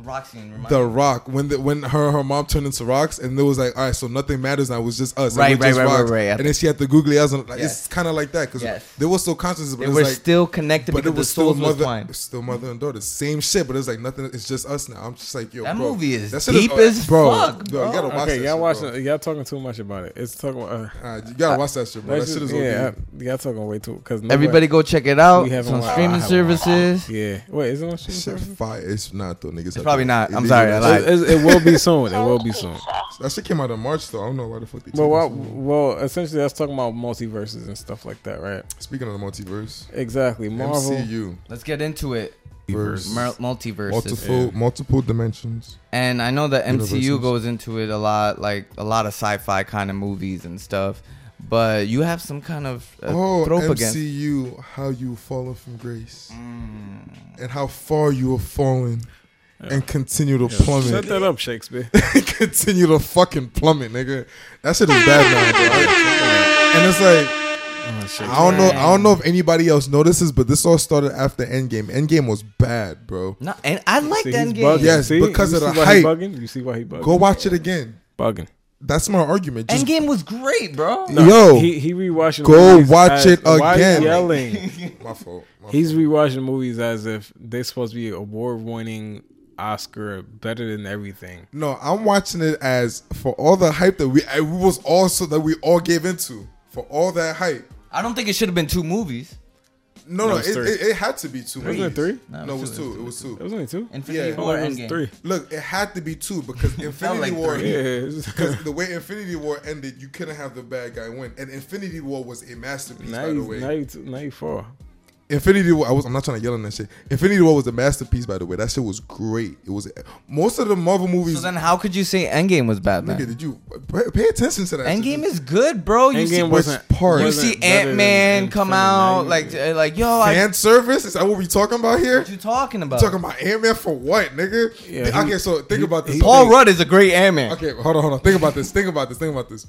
Speaker 3: the rock scene, reminds
Speaker 2: The Rock when the, when her her mom turned into rocks and it was like all right so nothing matters now it was just us and
Speaker 3: Right,
Speaker 2: we're
Speaker 3: right,
Speaker 2: just
Speaker 3: right, right,
Speaker 2: rocks.
Speaker 3: right.
Speaker 2: and then she had the googly eyes and like,
Speaker 3: Yes.
Speaker 2: it's kind of like that because
Speaker 3: Yes.
Speaker 2: they were still conscious but
Speaker 3: they
Speaker 2: it was
Speaker 3: were
Speaker 2: like,
Speaker 3: still connected
Speaker 2: but
Speaker 3: because
Speaker 2: it was
Speaker 3: the
Speaker 2: still
Speaker 3: souls were
Speaker 2: mother
Speaker 3: twined.
Speaker 2: still mother and daughter same shit but it's like nothing it's just us now I'm just like yo
Speaker 3: That
Speaker 2: bro,
Speaker 3: movie is
Speaker 2: that shit is-
Speaker 3: deep
Speaker 2: oh,
Speaker 3: as
Speaker 2: bro,
Speaker 3: fuck,
Speaker 2: yo, you gotta
Speaker 5: one.
Speaker 2: watch
Speaker 5: Okay,
Speaker 2: that
Speaker 5: y'all
Speaker 2: shit,
Speaker 5: watching,
Speaker 2: bro.
Speaker 5: y'all talking too much about it. It's talking. Uh,
Speaker 2: All right, you gotta watch that shit bro that
Speaker 5: that's
Speaker 2: shit
Speaker 5: just-
Speaker 2: is
Speaker 5: yeah,
Speaker 2: yeah
Speaker 5: I- y'all talking way too. Cause no
Speaker 3: Everybody,
Speaker 5: way-
Speaker 3: go check it out.
Speaker 5: we
Speaker 3: It's
Speaker 5: haven't
Speaker 3: on
Speaker 5: watched- I
Speaker 3: streaming
Speaker 5: haven't watched
Speaker 3: services.
Speaker 5: Yeah, wait, is it on streaming?
Speaker 2: shit
Speaker 5: service?
Speaker 2: fire it's not though niggas have to-
Speaker 3: probably not.
Speaker 2: it
Speaker 3: I'm
Speaker 2: is
Speaker 3: sorry, I
Speaker 2: not.
Speaker 3: lied.
Speaker 5: It, it- it will be soon. It will be soon.
Speaker 2: that shit came out in March though I don't know why the fuck they
Speaker 5: But
Speaker 2: took
Speaker 5: what,
Speaker 2: it so long.
Speaker 5: well, essentially, that's talking about multiverses and stuff like that, right?
Speaker 2: speaking of the multiverse
Speaker 5: Exactly. Marvel.
Speaker 2: MCU
Speaker 3: Let's get into it.
Speaker 2: verse
Speaker 3: Mer- multiverses.
Speaker 2: multiple multiple dimensions
Speaker 3: And I know that MCU
Speaker 2: Universes.
Speaker 3: goes into it a lot, like a lot of sci-fi kind of movies and stuff. But you have some kind of uh,
Speaker 2: oh,
Speaker 3: trope against.
Speaker 2: MCU, how you fallen from grace, and how far you have fallen, and continue to
Speaker 5: Shut
Speaker 2: plummet,
Speaker 5: that up, Shakespeare.
Speaker 2: continue to fucking plummet, nigga. That shit is bad now, bro. and it's like,
Speaker 5: Oh,
Speaker 2: I don't know. I don't know if anybody else notices, but this all started after Endgame. Endgame was bad, bro.
Speaker 3: No, and I like
Speaker 5: See,
Speaker 3: that
Speaker 5: he's
Speaker 3: game.
Speaker 5: bugging.
Speaker 2: Yes,
Speaker 5: See?
Speaker 2: because
Speaker 5: you
Speaker 2: of
Speaker 5: see
Speaker 2: the
Speaker 5: why he
Speaker 2: hype.
Speaker 5: Bugging? You see why he bugging?
Speaker 2: Go watch it again.
Speaker 5: bugging.
Speaker 2: That's my argument. Just
Speaker 3: Endgame was great, bro.
Speaker 2: yo,
Speaker 5: he he rewatching.
Speaker 2: go
Speaker 5: movies
Speaker 2: watch
Speaker 5: as-
Speaker 2: it
Speaker 5: why you
Speaker 2: again.
Speaker 5: Yelling.
Speaker 2: my fault. my
Speaker 5: He's rewatching movies as if they're supposed to be award winning, Oscar better than everything.
Speaker 2: No, I'm watching it as for all the hype that we I, we was also that we all gave into for all that hype.
Speaker 3: I don't think it should have been two movies.
Speaker 2: No, no,
Speaker 5: it's
Speaker 2: it,
Speaker 5: three.
Speaker 2: it, it had to be two.
Speaker 5: Wasn't it three?
Speaker 2: No, it was two. It was
Speaker 5: It
Speaker 2: two.
Speaker 5: was only two.
Speaker 3: Infinity
Speaker 2: Yeah.
Speaker 5: Oh,
Speaker 3: War,
Speaker 5: it was
Speaker 3: Endgame.
Speaker 5: three.
Speaker 2: Look, it had to be two because Infinity
Speaker 3: like
Speaker 2: War.
Speaker 3: three.
Speaker 5: Yeah.
Speaker 2: Because the way Infinity War ended, you couldn't have the bad guy win, and Infinity War was a masterpiece.
Speaker 5: now
Speaker 2: by the
Speaker 5: you
Speaker 2: way,
Speaker 5: now you now you four.
Speaker 2: Infinity War. I was. I'm not trying to yell on that shit. Infinity War was a masterpiece. By the way, that shit was great. It was most of the Marvel movies.
Speaker 3: So then, how could you say Endgame was bad,
Speaker 2: Nigga,
Speaker 3: man?
Speaker 2: did you pay, pay attention to that? shit.
Speaker 3: Endgame is good, bro. You see,
Speaker 5: Endgame wasn't
Speaker 2: part?
Speaker 3: you
Speaker 2: wasn't
Speaker 3: see Ant Man come out like uh, like yo, I,
Speaker 2: fan service. Is that what we talking about here?
Speaker 3: what you talking about?
Speaker 2: Talking about Ant Man for what, nigga?
Speaker 5: Yeah,
Speaker 2: okay,
Speaker 5: he-
Speaker 2: so think about this.
Speaker 3: Paul Rudd is a great Ant Man.
Speaker 2: Okay, hold on, hold on. Think about this. Think about this. Think about this.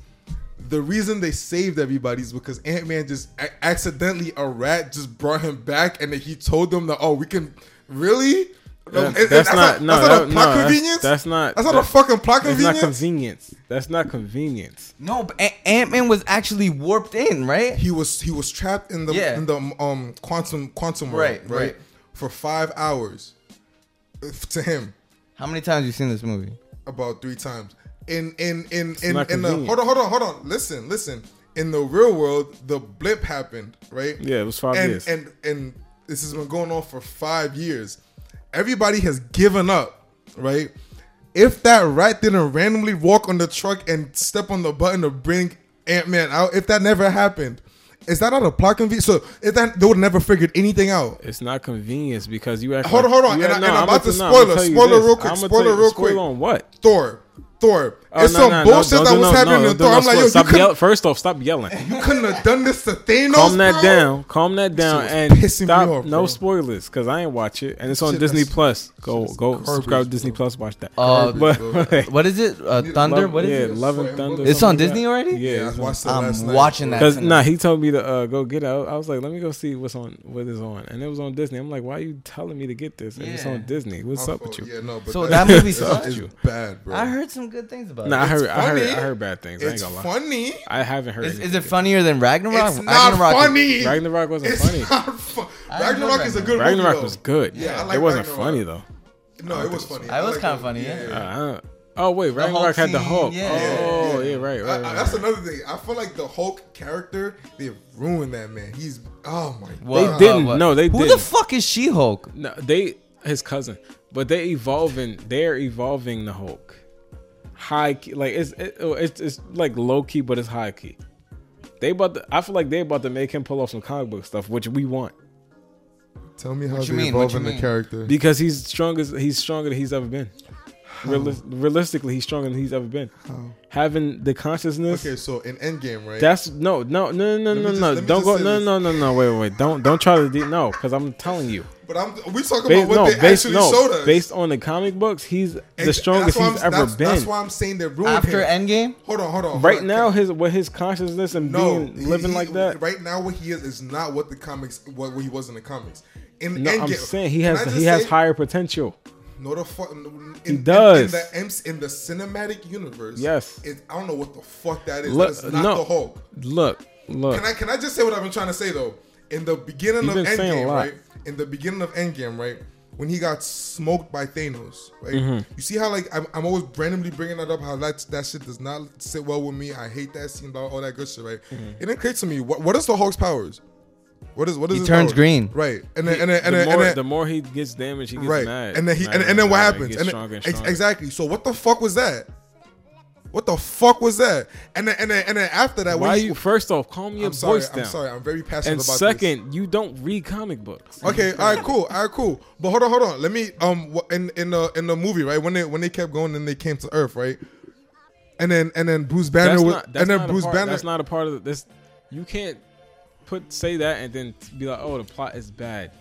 Speaker 2: The reason they saved everybody is because Ant Man just a- accidentally a rat just brought him back, and then he told them that oh we can really. No, and- and
Speaker 5: that's not no
Speaker 2: that's not
Speaker 5: that-
Speaker 2: a
Speaker 5: no,
Speaker 2: plot
Speaker 5: that's-
Speaker 2: convenience.
Speaker 5: That's not
Speaker 2: that's not a
Speaker 5: that-
Speaker 2: fucking plot
Speaker 5: It's not
Speaker 2: convenience.
Speaker 5: convenience. That's not convenience.
Speaker 3: No, but Ant Man was actually warped in, right?
Speaker 2: he was he was trapped in the
Speaker 3: Yeah.
Speaker 2: in the um quantum quantum world,
Speaker 3: Right,
Speaker 2: right,
Speaker 3: right.
Speaker 2: for five hours. If- To him,
Speaker 3: How many times you seen this movie?
Speaker 2: about three times. In in in in,
Speaker 5: not
Speaker 2: in the
Speaker 5: convenient.
Speaker 2: hold on hold on hold on listen listen in the real world the blip happened right
Speaker 5: Yeah, it was five
Speaker 2: and
Speaker 5: years.
Speaker 2: and and this has been going on for five years everybody has given up right if that rat didn't randomly walk on the truck and step on the button to bring Ant Man out if that never happened is that not a plot convenience so if that they would never figured anything out
Speaker 5: It's not convenience because you act.
Speaker 2: Hold on,
Speaker 5: like-
Speaker 2: hold on,
Speaker 5: you
Speaker 2: and
Speaker 5: act-
Speaker 2: I- and I'm
Speaker 5: I'ma
Speaker 2: about to
Speaker 5: tell- I'ma
Speaker 2: spoiler-
Speaker 5: tell you
Speaker 2: spoiler
Speaker 5: this.
Speaker 2: real quick,
Speaker 5: I'ma tell
Speaker 2: spoiler
Speaker 5: you-
Speaker 2: real
Speaker 5: spoil
Speaker 2: quick.
Speaker 5: on what?
Speaker 2: Thor Thor
Speaker 5: Oh,
Speaker 2: it's
Speaker 5: no,
Speaker 2: some
Speaker 5: no, no,
Speaker 2: bullshit
Speaker 5: don't
Speaker 2: that
Speaker 5: do
Speaker 2: was
Speaker 5: no-
Speaker 2: happening
Speaker 5: no,
Speaker 2: in
Speaker 5: don't
Speaker 2: Thor
Speaker 5: do
Speaker 2: I'm like yo you
Speaker 5: stop
Speaker 2: couldn't
Speaker 5: yell- First off, stop yelling.
Speaker 2: You couldn't have done this to Thanos.
Speaker 5: Calm that
Speaker 2: bro.
Speaker 5: down. Calm that down
Speaker 2: was
Speaker 5: and
Speaker 2: pissing me
Speaker 5: stop.
Speaker 2: off,
Speaker 5: no
Speaker 2: bro.
Speaker 5: spoilers because I ain't watch it and it's on
Speaker 2: Shit,
Speaker 5: Disney
Speaker 2: that's-
Speaker 5: Plus. Go
Speaker 2: shit,
Speaker 5: go
Speaker 2: that's
Speaker 5: subscribe
Speaker 2: garbage,
Speaker 5: to Disney
Speaker 2: bro.
Speaker 5: Plus. Watch that.
Speaker 3: Uh,
Speaker 5: but
Speaker 2: bro.
Speaker 3: What is it? Uh, Thunder?
Speaker 5: Love-
Speaker 3: What
Speaker 5: yeah,
Speaker 3: is it?
Speaker 5: Love
Speaker 2: Sweating
Speaker 5: and Thunder.
Speaker 2: bullets.
Speaker 3: It's on
Speaker 5: something like
Speaker 3: Disney
Speaker 5: that.
Speaker 3: already?
Speaker 5: Yeah,
Speaker 2: Yeah, I
Speaker 5: it's on-
Speaker 2: watched it last
Speaker 3: I'm
Speaker 2: night.
Speaker 3: watching that.
Speaker 5: Cause
Speaker 3: tonight.
Speaker 5: nah, he told me to uh, go get it. I, I was like, let me go see what's on, what is on, and it was on Disney. I'm like, why are you telling me to get this? And it's
Speaker 3: Yeah.
Speaker 5: on Disney. What's
Speaker 2: My
Speaker 5: up
Speaker 2: fault.
Speaker 5: with you?
Speaker 2: Yeah, no, but
Speaker 3: So that movie sucked?
Speaker 2: It's bad, bro.
Speaker 3: I heard some good things about
Speaker 5: Nah, I
Speaker 3: it.
Speaker 5: heard, I heard,
Speaker 2: funny.
Speaker 5: I heard bad things. I ain't
Speaker 2: it's
Speaker 5: gonna lie.
Speaker 2: funny.
Speaker 5: I haven't heard.
Speaker 3: Is,
Speaker 5: anything
Speaker 3: is it
Speaker 5: good.
Speaker 3: funnier than Ragnarok?
Speaker 2: It's not
Speaker 3: Ragnarok is-
Speaker 2: funny.
Speaker 5: Ragnarok wasn't
Speaker 2: It's
Speaker 5: funny.
Speaker 2: not fun.
Speaker 3: I enjoyed
Speaker 2: Ragnarok is a good movie.
Speaker 5: Ragnarok
Speaker 2: though.
Speaker 5: was good.
Speaker 2: Yeah, I
Speaker 5: Yeah,
Speaker 2: like
Speaker 5: it wasn't
Speaker 2: Ragnarok.
Speaker 5: funny though.
Speaker 2: No, it was funny.
Speaker 3: I was
Speaker 2: like
Speaker 3: kinda
Speaker 2: it.
Speaker 3: funny, yeah.
Speaker 5: Uh, I don't- oh wait, Ragnarok had the Hulk.
Speaker 3: Hulk scene, yeah.
Speaker 5: Oh yeah, right,
Speaker 2: I- I-
Speaker 5: right. right.
Speaker 2: that's another thing. I feel like the Hulk character they ruined that man. He's oh my god.
Speaker 3: What-
Speaker 5: didn't. No, they
Speaker 3: Who Who
Speaker 5: didn't.
Speaker 3: the fuck is She Hulk?
Speaker 5: No, they his cousin, but they evolving. They're evolving the Hulk. High key, like it's it, oh, it's it's like low key, but it's high key. They about to, I feel like they about to make him pull off some comic book stuff, which we want
Speaker 2: Tell me how
Speaker 3: you
Speaker 2: they
Speaker 3: mean? What you
Speaker 2: evolving the
Speaker 3: mean?
Speaker 2: character.
Speaker 5: because he's strongest. He's stronger than he's ever been. Realis- realistically, he's stronger than he's ever been. Having the consciousness.
Speaker 2: Okay, so in Endgame, right?
Speaker 5: That's no, no, no, no,
Speaker 2: me
Speaker 5: no,
Speaker 2: just-
Speaker 5: no.
Speaker 2: let me
Speaker 5: Don't
Speaker 2: just
Speaker 5: go.
Speaker 2: say
Speaker 5: No,
Speaker 2: this.
Speaker 5: no, no, no. Wait, wait, wait. Don't, don't try to. De- no, because I'm telling you.
Speaker 2: but I'm we talking
Speaker 5: Based,
Speaker 2: about what
Speaker 5: no,
Speaker 2: they
Speaker 5: based,
Speaker 2: actually
Speaker 5: no,
Speaker 2: showed us.
Speaker 5: based on the comic books, he's the
Speaker 2: And that's
Speaker 5: strongest
Speaker 2: why
Speaker 5: he's
Speaker 2: I'm-
Speaker 5: ever
Speaker 2: that's,
Speaker 5: been.
Speaker 2: That's why I'm saying they ruined
Speaker 3: After
Speaker 2: him.
Speaker 3: Endgame?
Speaker 2: Hold on, hold on. hold
Speaker 5: right
Speaker 2: on.
Speaker 5: now, his with his consciousness and
Speaker 2: no
Speaker 5: being living
Speaker 2: he-
Speaker 5: like that.
Speaker 2: Right now, what he is is not what the comics, what, what he was in the comics. In
Speaker 5: no,
Speaker 2: Endgame,
Speaker 5: I'm saying he
Speaker 2: can I
Speaker 5: has
Speaker 2: just
Speaker 5: he has
Speaker 2: say-
Speaker 5: higher potential.
Speaker 2: No, the fuck. In,
Speaker 5: He
Speaker 2: in-
Speaker 5: does.
Speaker 2: in, the MC in the cinematic universe.
Speaker 5: Yes.
Speaker 2: it, I don't know what the fuck that is.
Speaker 5: Look,
Speaker 2: That's not
Speaker 5: no.
Speaker 2: the Hulk.
Speaker 5: Look, look.
Speaker 2: Can I can I just say what I've been trying to say though? In the beginning
Speaker 5: You've
Speaker 2: of
Speaker 5: been saying
Speaker 2: Endgame,
Speaker 5: a lot.
Speaker 2: right? In the beginning of Endgame, right? When he got smoked by Thanos, right?
Speaker 5: Mm-hmm.
Speaker 2: You see how like I'm, I'm always randomly bringing that up. How that that shit does not sit well with me. I hate that scene, blah, all that good shit, right?
Speaker 5: Mm-hmm.
Speaker 2: It didn't clear to me what what is the Hulk's powers. What is what is
Speaker 3: He
Speaker 2: his
Speaker 3: turns
Speaker 2: power?
Speaker 3: green.
Speaker 2: right? And then and then and
Speaker 5: the,
Speaker 2: then,
Speaker 5: more,
Speaker 2: and then
Speaker 5: the more he gets damaged, he gets
Speaker 2: right?
Speaker 5: mad.
Speaker 2: And then he
Speaker 5: Mad,
Speaker 2: and, and then
Speaker 5: mad,
Speaker 2: what
Speaker 5: mad,
Speaker 2: happens?
Speaker 5: gets
Speaker 2: And
Speaker 5: stronger
Speaker 2: then,
Speaker 5: and
Speaker 2: ex-
Speaker 5: stronger.
Speaker 2: exactly. So what the fuck was that? What the fuck was that? And then and then and then after that,
Speaker 5: Why
Speaker 2: when he-
Speaker 5: you? First off, calm your
Speaker 2: I'm sorry.
Speaker 5: voice down.
Speaker 2: I'm sorry. I'm very passionate
Speaker 5: And
Speaker 2: about this.
Speaker 5: second, you don't read comic books.
Speaker 2: Okay, all right, cool, all right, cool. But hold on, hold on. Let me um wh- in in the in the movie right when they when they kept going and they came to Earth right, and then and then Bruce Banner
Speaker 5: That's
Speaker 2: was
Speaker 5: not, that's
Speaker 2: and
Speaker 5: not
Speaker 2: then
Speaker 5: a
Speaker 2: Bruce
Speaker 5: part,
Speaker 2: Banner
Speaker 5: That's not a part of the, this. You can't put say that and then be like, oh, the plot is bad.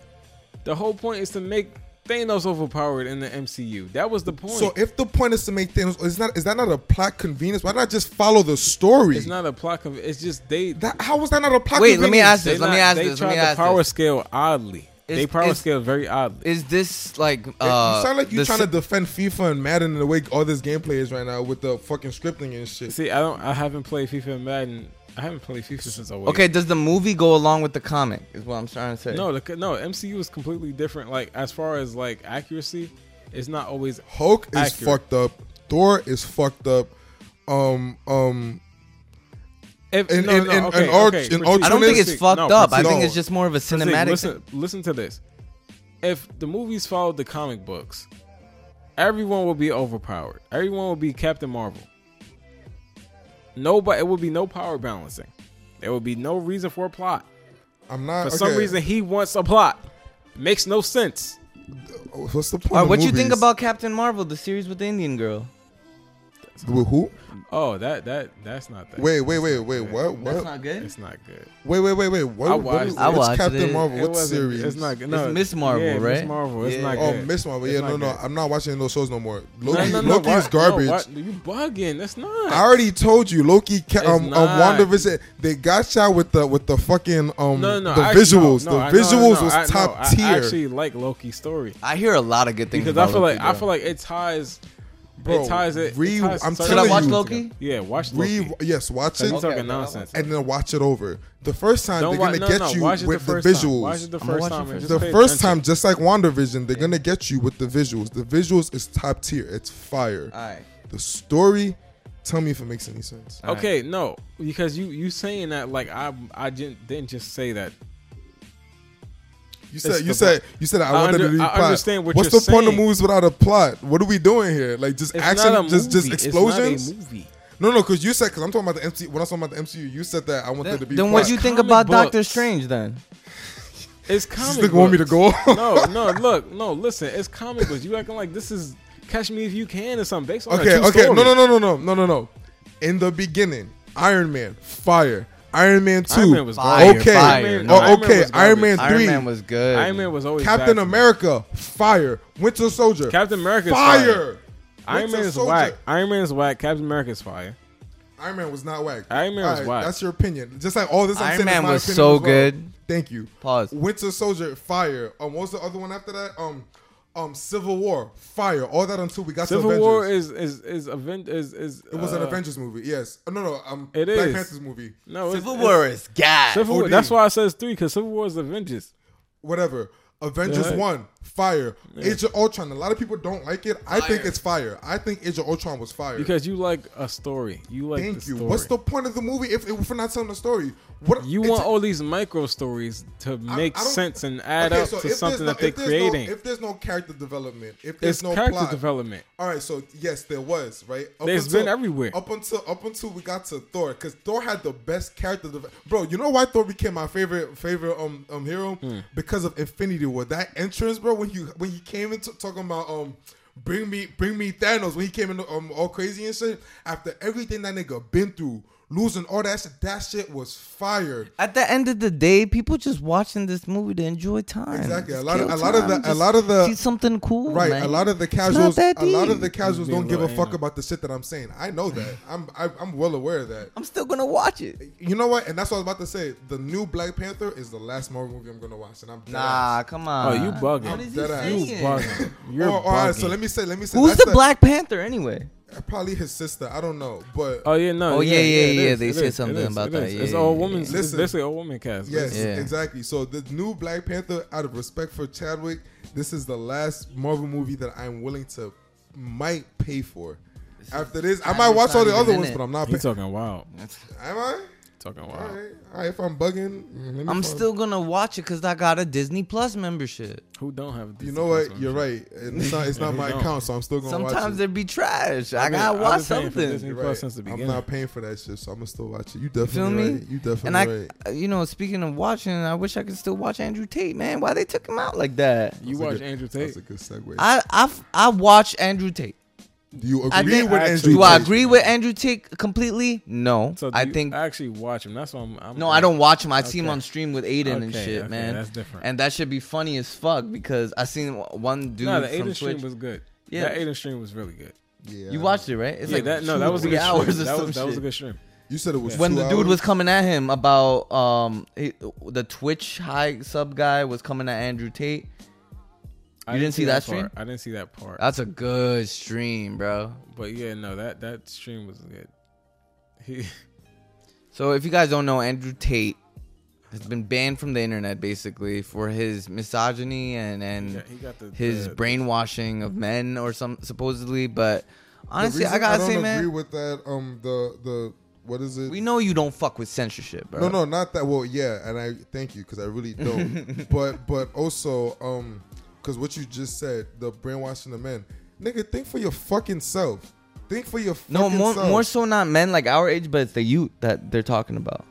Speaker 5: The whole point is to make Thanos overpowered in the MCU. That was the point.
Speaker 2: So if the point is to make things, is not is that not a plot convenience? Why not just follow the story?
Speaker 5: it's not a plot. Of, it's just they.
Speaker 2: that, how was that not a plot?
Speaker 3: Wait, let me
Speaker 2: convenience?
Speaker 3: ask this.
Speaker 5: they
Speaker 3: Let me
Speaker 5: not-
Speaker 3: ask
Speaker 5: they
Speaker 3: this.
Speaker 5: tried
Speaker 3: Let me
Speaker 5: to
Speaker 3: ask
Speaker 5: power
Speaker 3: this.
Speaker 5: scale oddly. they
Speaker 3: Is-
Speaker 5: power
Speaker 3: is-
Speaker 5: scale very oddly.
Speaker 3: Is this like
Speaker 2: It-
Speaker 3: uh?
Speaker 2: you sound like you're
Speaker 3: the
Speaker 2: trying
Speaker 3: si-
Speaker 2: to defend FIFA and Madden in the way all this gameplay is right now with the fucking scripting and shit.
Speaker 5: See, I don't. I haven't played FIFA and Madden. I haven't played FIFA since I was
Speaker 3: Okay, does the movie go along with the comic? Is what I'm trying to say.
Speaker 5: No, the, no. MCU is completely different. Like as far as like accuracy, it's not always.
Speaker 2: Hulk is
Speaker 5: Accurate.
Speaker 2: fucked up. Thor is fucked up. Um, um,
Speaker 5: If,
Speaker 2: In-
Speaker 5: no,
Speaker 2: in-
Speaker 5: no,
Speaker 2: in- in
Speaker 5: okay,
Speaker 2: Ur-
Speaker 5: okay,
Speaker 2: in
Speaker 5: Pratik,
Speaker 2: Ultra-
Speaker 3: I don't think it's
Speaker 5: Pratik,
Speaker 3: fucked
Speaker 5: no,
Speaker 3: up. I
Speaker 5: Pratik,
Speaker 2: no.
Speaker 3: think it's just more of a
Speaker 5: Pratik,
Speaker 3: cinematic.
Speaker 5: Listen, listen to this. If the movies followed the comic books, everyone would be overpowered. Everyone would be Captain Marvel. Nobody. It would be no power balancing. There would be no reason for a plot.
Speaker 2: I'm not.
Speaker 5: For some
Speaker 2: okay,
Speaker 5: reason, he wants a plot. Makes no sense.
Speaker 2: oh, what's the point?
Speaker 3: All right,
Speaker 2: of
Speaker 3: Uh, what you think
Speaker 2: movies?
Speaker 3: about Captain Marvel, the series with the Indian girl?
Speaker 2: With who?
Speaker 5: Oh, that that that's not that.
Speaker 2: Wait, wait, wait, wait. What? What?
Speaker 3: good.
Speaker 5: It's not good.
Speaker 2: Wait, wait, wait, wait. What?
Speaker 5: I
Speaker 2: what-
Speaker 5: watched
Speaker 2: what's
Speaker 5: it. I
Speaker 3: watched
Speaker 2: Captain
Speaker 3: it.
Speaker 2: Marvel?
Speaker 5: It
Speaker 2: What
Speaker 5: wasn't-
Speaker 2: series?
Speaker 5: It's not good.
Speaker 3: It's
Speaker 5: No,
Speaker 3: Miss Marvel,
Speaker 5: yeah, Miss
Speaker 3: right?
Speaker 5: Marvel. It's
Speaker 3: Yeah.
Speaker 5: not
Speaker 2: Oh,
Speaker 5: good.
Speaker 2: Miss Marvel.
Speaker 5: It's
Speaker 2: Yeah,
Speaker 5: not
Speaker 2: no, no.
Speaker 5: good.
Speaker 2: I'm not watching those shows no more.
Speaker 5: No,
Speaker 2: Loki,
Speaker 5: no, no,
Speaker 2: Loki
Speaker 5: why-
Speaker 2: is garbage.
Speaker 5: No, why- you bugging. That's not.
Speaker 2: I already told you, Loki. Ca-
Speaker 5: It's
Speaker 2: um, um,
Speaker 5: not.
Speaker 2: WandaVision. They got y'all with the with the fucking um
Speaker 5: no, no,
Speaker 2: the
Speaker 5: I-
Speaker 2: visuals.
Speaker 5: no, no, I-
Speaker 2: the
Speaker 5: no,
Speaker 2: visuals
Speaker 5: no,
Speaker 2: was
Speaker 5: I- no,
Speaker 2: top
Speaker 5: I-
Speaker 2: tier. Mm-hmm.
Speaker 5: I actually like Loki's story
Speaker 3: I hear a lot of good things
Speaker 5: because I
Speaker 3: about
Speaker 5: feel like
Speaker 3: Loki,
Speaker 5: I
Speaker 3: though.
Speaker 5: feel like it ties.
Speaker 2: Bro,
Speaker 5: it ties it.
Speaker 2: re-
Speaker 5: it ties
Speaker 2: I'm
Speaker 5: certain-
Speaker 3: Should I watch
Speaker 2: you.
Speaker 3: Loki?
Speaker 5: Yeah, watch Loki.
Speaker 2: Re- yes, watch
Speaker 5: You're
Speaker 2: it
Speaker 5: talking
Speaker 3: okay,
Speaker 5: nonsense.
Speaker 2: and then watch it over. The first time
Speaker 5: Don't
Speaker 2: they're gonna
Speaker 5: watch. No,
Speaker 2: get
Speaker 5: no,
Speaker 2: you
Speaker 5: watch it
Speaker 2: with
Speaker 5: the
Speaker 2: the,
Speaker 5: first time. Watch
Speaker 2: visuals.
Speaker 5: it the
Speaker 3: I'ma
Speaker 5: first
Speaker 3: watch it
Speaker 5: time. and
Speaker 3: first.
Speaker 5: just
Speaker 2: The
Speaker 5: pay
Speaker 2: first
Speaker 5: attention.
Speaker 2: time, just like WandaVision, they're gonna get you with the visuals. The visuals is top tier. It's fire.
Speaker 3: All right.
Speaker 2: The story, tell me if it makes any sense.
Speaker 3: All right.
Speaker 5: Okay, no, because you you saying that like I I didn't didn't just say that.
Speaker 2: You said you
Speaker 5: the
Speaker 2: said you said I
Speaker 5: I
Speaker 2: wanted
Speaker 5: under-
Speaker 2: to be
Speaker 5: I
Speaker 2: plot.
Speaker 5: understand what
Speaker 2: What's
Speaker 5: you're
Speaker 2: the point of
Speaker 5: saying.
Speaker 2: movies without a plot? What are we doing here? Like just
Speaker 5: It's
Speaker 2: action,
Speaker 5: not a
Speaker 2: just just
Speaker 5: movie.
Speaker 2: explosions.
Speaker 5: It's not a movie.
Speaker 2: no, no, because you said because I'm talking about the MCU. When I was talking about the MCU, you said that I want there
Speaker 3: Then,
Speaker 2: to be.
Speaker 3: then
Speaker 2: plot.
Speaker 3: what do you think
Speaker 5: Comic
Speaker 3: about Doctor
Speaker 5: books.
Speaker 3: Strange then?
Speaker 5: It's comic.
Speaker 2: This nigga want me to
Speaker 5: books.
Speaker 2: go. on?
Speaker 5: no, no, look, no, listen. It's comic books. You acting like this is Catch Me If You Can or something. Based on
Speaker 2: Okay,
Speaker 5: a true
Speaker 2: okay,
Speaker 5: story.
Speaker 2: no, no, no, no, no, no, no, no. In the beginning, Iron Man, fire. Iron Man two,
Speaker 5: Iron Man was
Speaker 3: Fire,
Speaker 2: okay,
Speaker 3: fire.
Speaker 2: Oh,
Speaker 5: Iron Man
Speaker 2: okay.
Speaker 5: was
Speaker 2: Iron Man
Speaker 5: garbage.
Speaker 2: three,
Speaker 3: Iron Man was good.
Speaker 5: Iron Man was always bad for
Speaker 2: Captain
Speaker 5: me.
Speaker 2: America, fire. Winter Soldier,
Speaker 5: Captain America is
Speaker 2: fire.
Speaker 5: fire. Iron
Speaker 2: Winter
Speaker 5: Man is
Speaker 2: Soldier.
Speaker 5: whack. Iron Man is whack. Captain America is fire.
Speaker 2: Iron Man was not whack.
Speaker 5: Iron Man was
Speaker 2: Alright,
Speaker 5: whack.
Speaker 2: That's your opinion. Just like all this, I'm
Speaker 3: Iron
Speaker 2: saying is
Speaker 3: Man
Speaker 2: my
Speaker 3: was
Speaker 2: opinion
Speaker 3: so
Speaker 2: as well.
Speaker 3: good.
Speaker 2: Thank you.
Speaker 3: Pause.
Speaker 2: Winter Soldier, fire. Um, what was the other one after that? Um, um, Civil War, fire. All that until we got
Speaker 5: Civil
Speaker 2: to Avengers.
Speaker 5: War is is is Aven- is is.
Speaker 2: it was an
Speaker 5: uh,
Speaker 2: Avengers movie. Yes. Oh, no, no. Um,
Speaker 5: It
Speaker 2: Black
Speaker 5: is.
Speaker 2: Panther's movie.
Speaker 5: No, it's-
Speaker 3: Civil
Speaker 5: it's-
Speaker 3: War is gas.
Speaker 5: Civil War.
Speaker 2: OD.
Speaker 5: That's why I says three because Civil War is Avengers.
Speaker 2: Whatever. Avengers
Speaker 5: Yeah.
Speaker 2: One, fire. Age of Ultron. A lot of people don't like it. I think it's fire. I think Age of Ultron was fire.
Speaker 5: Because you like a story. You like
Speaker 2: Thank
Speaker 5: the
Speaker 2: you.
Speaker 5: story.
Speaker 2: What's the point of the movie if, if we're not telling the story? What
Speaker 5: you
Speaker 2: it's-
Speaker 5: want all these micro stories to make
Speaker 2: I don't-
Speaker 5: sense and add
Speaker 2: Okay,
Speaker 5: up
Speaker 2: so if
Speaker 5: to
Speaker 2: there's
Speaker 5: something
Speaker 2: no-
Speaker 5: that they're
Speaker 2: if there's no-
Speaker 5: creating.
Speaker 2: if there's no character development, if there's
Speaker 5: it's
Speaker 2: no
Speaker 5: character
Speaker 2: plot,
Speaker 5: development.
Speaker 2: All right, so yes, there was right. Up
Speaker 5: There's been everywhere.
Speaker 2: Up until up until we got to Thor, because Thor had the best character. Dev- Bro, you know why Thor became my favorite favorite um um hero
Speaker 5: Hmm.
Speaker 2: because of Infinity War. That entrance, bro, when you when he came into talking about um. Bring me, bring me Thanos when he came in um, all crazy and shit. After everything that nigga been through, losing all that shit, that shit was fire.
Speaker 3: At the end of the day, people just watching this movie to enjoy time.
Speaker 2: Exactly. A
Speaker 3: Just
Speaker 2: lot of-
Speaker 3: kill
Speaker 2: a lot of
Speaker 3: time,
Speaker 2: the- a
Speaker 3: just
Speaker 2: lot of the-
Speaker 3: see something cool.
Speaker 2: Right,
Speaker 3: man.
Speaker 2: a lot of the
Speaker 3: It's
Speaker 2: casuals,
Speaker 3: not that
Speaker 2: a lot of
Speaker 3: deep.
Speaker 2: the casuals
Speaker 5: Being
Speaker 2: don't give a
Speaker 5: little
Speaker 2: fuck
Speaker 5: anal.
Speaker 2: about the shit that I'm saying. I know that. I'm I, I'm well aware of that.
Speaker 3: I'm still gonna watch it.
Speaker 2: You know what? And that's what I was about to say. The new Black Panther is the last Marvel movie I'm gonna watch, and I'm dead
Speaker 3: Nah, come on.
Speaker 5: Oh, you bugging.
Speaker 3: What is he
Speaker 2: Dead ass. You
Speaker 3: saying?
Speaker 5: Bugging.
Speaker 2: ass.
Speaker 5: You're
Speaker 3: Oh,
Speaker 2: Or, all right,
Speaker 5: bugging.
Speaker 2: so let me say, let me say,
Speaker 3: Who's
Speaker 2: that's
Speaker 3: the Black Panther anyway?
Speaker 2: Probably his sister. I don't know, but
Speaker 5: Oh yeah, no.
Speaker 3: Oh, yeah, yeah,
Speaker 5: it
Speaker 3: yeah,
Speaker 5: is,
Speaker 3: they
Speaker 5: it
Speaker 3: said
Speaker 5: is, it
Speaker 3: something
Speaker 5: is,
Speaker 3: about
Speaker 5: it
Speaker 3: that,
Speaker 5: is.
Speaker 3: yeah,
Speaker 5: It's
Speaker 3: yeah,
Speaker 5: all
Speaker 3: yeah.
Speaker 5: women. It's
Speaker 2: Listen.
Speaker 5: basically all women cast.
Speaker 2: yes,
Speaker 3: Yeah.
Speaker 2: exactly. So the new Black Panther, out of respect for Chadwick, this is the last Marvel movie that I'm willing to might pay for. After this, I might
Speaker 3: Chadwick's
Speaker 2: watch all
Speaker 3: not
Speaker 2: the
Speaker 3: even
Speaker 2: other
Speaker 3: in
Speaker 2: ones,
Speaker 3: it.
Speaker 2: but I'm not.
Speaker 5: He's
Speaker 2: Pay-
Speaker 5: talking wild.
Speaker 2: Am I?
Speaker 5: Talking
Speaker 2: All
Speaker 5: wild.
Speaker 2: right, all right. If I'm bugging, mm, let me
Speaker 3: I'm
Speaker 2: find-
Speaker 3: still gonna watch it because I got a Disney Plus membership.
Speaker 5: Who don't have? a
Speaker 2: You
Speaker 5: Disney
Speaker 2: know
Speaker 5: Plus
Speaker 2: what? You're
Speaker 5: membership?
Speaker 2: right. It's not. It's not my
Speaker 5: don't.
Speaker 2: account, so I'm still gonna
Speaker 3: Sometimes
Speaker 2: watch it.
Speaker 3: it be trash. I
Speaker 5: been-
Speaker 3: gotta
Speaker 5: I've
Speaker 3: watch
Speaker 5: been paying for Disney
Speaker 3: something.
Speaker 2: You're
Speaker 5: Plus since the
Speaker 2: I'm
Speaker 5: beginning.
Speaker 2: not paying for that shit, so I'm gonna still watch it. You
Speaker 3: Feel
Speaker 2: definitely
Speaker 3: me?
Speaker 2: right. You definitely
Speaker 3: and I, uh,
Speaker 2: right.
Speaker 3: you know, speaking of watching, I wish I could still watch Andrew Tate, man. Why they took him out like that?
Speaker 5: You
Speaker 2: That's a
Speaker 5: watch
Speaker 2: good-
Speaker 5: Andrew
Speaker 2: That's
Speaker 5: Tate.
Speaker 2: a good segue.
Speaker 3: I I I watch Andrew Tate.
Speaker 2: Do you agree
Speaker 3: I think-
Speaker 2: with
Speaker 5: Actually,
Speaker 2: Andrew?
Speaker 5: Dude,
Speaker 3: Do I
Speaker 2: Tate?
Speaker 3: agree with Andrew Tate completely? No.
Speaker 5: So do
Speaker 3: I
Speaker 5: you
Speaker 3: think
Speaker 5: actually watch him. That's why I'm. I'm
Speaker 3: no. I don't watch him. I see him
Speaker 5: Okay.
Speaker 3: on stream with Aiden and
Speaker 5: Okay,
Speaker 3: shit,
Speaker 5: okay,
Speaker 3: man.
Speaker 5: that's different.
Speaker 3: And that should be funny as fuck because I seen one dude
Speaker 5: No, the
Speaker 3: from
Speaker 5: Aiden
Speaker 3: Twitch.
Speaker 5: stream was good.
Speaker 3: Yeah.
Speaker 5: Yeah, that Aiden stream was really good.
Speaker 2: Yeah,
Speaker 3: you
Speaker 2: I-
Speaker 3: watched it, right? It's
Speaker 5: yeah,
Speaker 3: like
Speaker 5: that, no,
Speaker 3: two
Speaker 5: that was a
Speaker 3: three
Speaker 5: good
Speaker 3: hours
Speaker 5: stream.
Speaker 3: or
Speaker 5: That
Speaker 3: some
Speaker 5: was, that was a
Speaker 3: shit.
Speaker 5: good stream.
Speaker 2: You said it was
Speaker 3: when
Speaker 2: two
Speaker 3: the dude
Speaker 2: hours?
Speaker 3: was coming at him about um he, the Twitch high sub guy was coming at Andrew Tate.
Speaker 5: I
Speaker 3: You didn't see that stream?
Speaker 5: part. I didn't see that part.
Speaker 3: That's a good stream, bro.
Speaker 5: But yeah, no, that that stream was good. He,
Speaker 3: So if you guys don't know, Andrew Tate has been banned from the internet basically for his misogyny and and
Speaker 5: He got- he got the-
Speaker 3: his
Speaker 5: the-
Speaker 3: brainwashing of men or some supposedly. But
Speaker 2: Mm-hmm. The
Speaker 3: honestly,
Speaker 2: reason
Speaker 3: I gotta
Speaker 2: don't
Speaker 3: say,
Speaker 2: agree
Speaker 3: man,
Speaker 2: with that. Um, the the what is it?
Speaker 3: we know you don't fuck with censorship, bro.
Speaker 2: No, no, not that. Well, yeah, and I thank you because I really don't. but but also, um, because what you just said, the brainwashing of men, nigga, think for your fucking self. Think for your fucking
Speaker 3: No, more
Speaker 2: self.
Speaker 3: more so not men like our age, but it's the youth that they're talking about.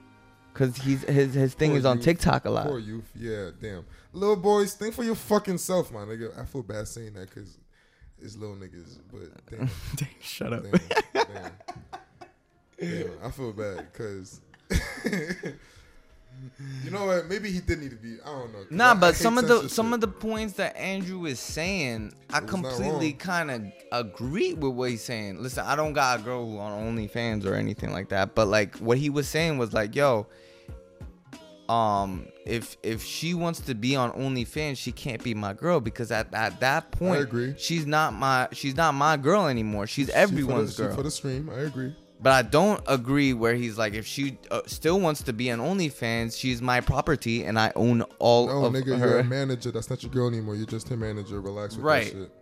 Speaker 3: Cause he's his his thing
Speaker 2: Poor
Speaker 3: is on
Speaker 2: youth.
Speaker 3: TikTok a lot.
Speaker 2: Poor youth, yeah, damn. Little boys, think for your fucking self, my nigga. I feel bad saying that because it's little niggas, but damn,
Speaker 3: Shut up.
Speaker 2: damn, damn. Damn, I feel bad because. You know what? Maybe he did need to be. I don't know. 'cause I-
Speaker 3: Nah,
Speaker 2: I
Speaker 3: but
Speaker 2: hate
Speaker 3: some of the
Speaker 2: censorship.
Speaker 3: some of the points that Andrew is saying, I
Speaker 2: It was not
Speaker 3: completely
Speaker 2: wrong.
Speaker 3: kind of agree with what he's saying. Listen, I don't got a girl who on OnlyFans or anything like that, but like what he was saying was like, yo, um, if if she wants to be on OnlyFans, she can't be my girl because at, at that point,
Speaker 2: agree.
Speaker 3: she's not my she's not my girl anymore. She's everyone's
Speaker 2: she for the,
Speaker 3: girl.
Speaker 2: She for the stream, I agree.
Speaker 3: But I don't agree where he's like, if she uh, still wants to be an OnlyFans, she's my property and I own all
Speaker 2: No,
Speaker 3: of
Speaker 2: Oh, nigga, you're
Speaker 3: her.
Speaker 2: a manager. That's not your girl anymore. You're just her manager. Relax with
Speaker 3: Right.
Speaker 2: that shit.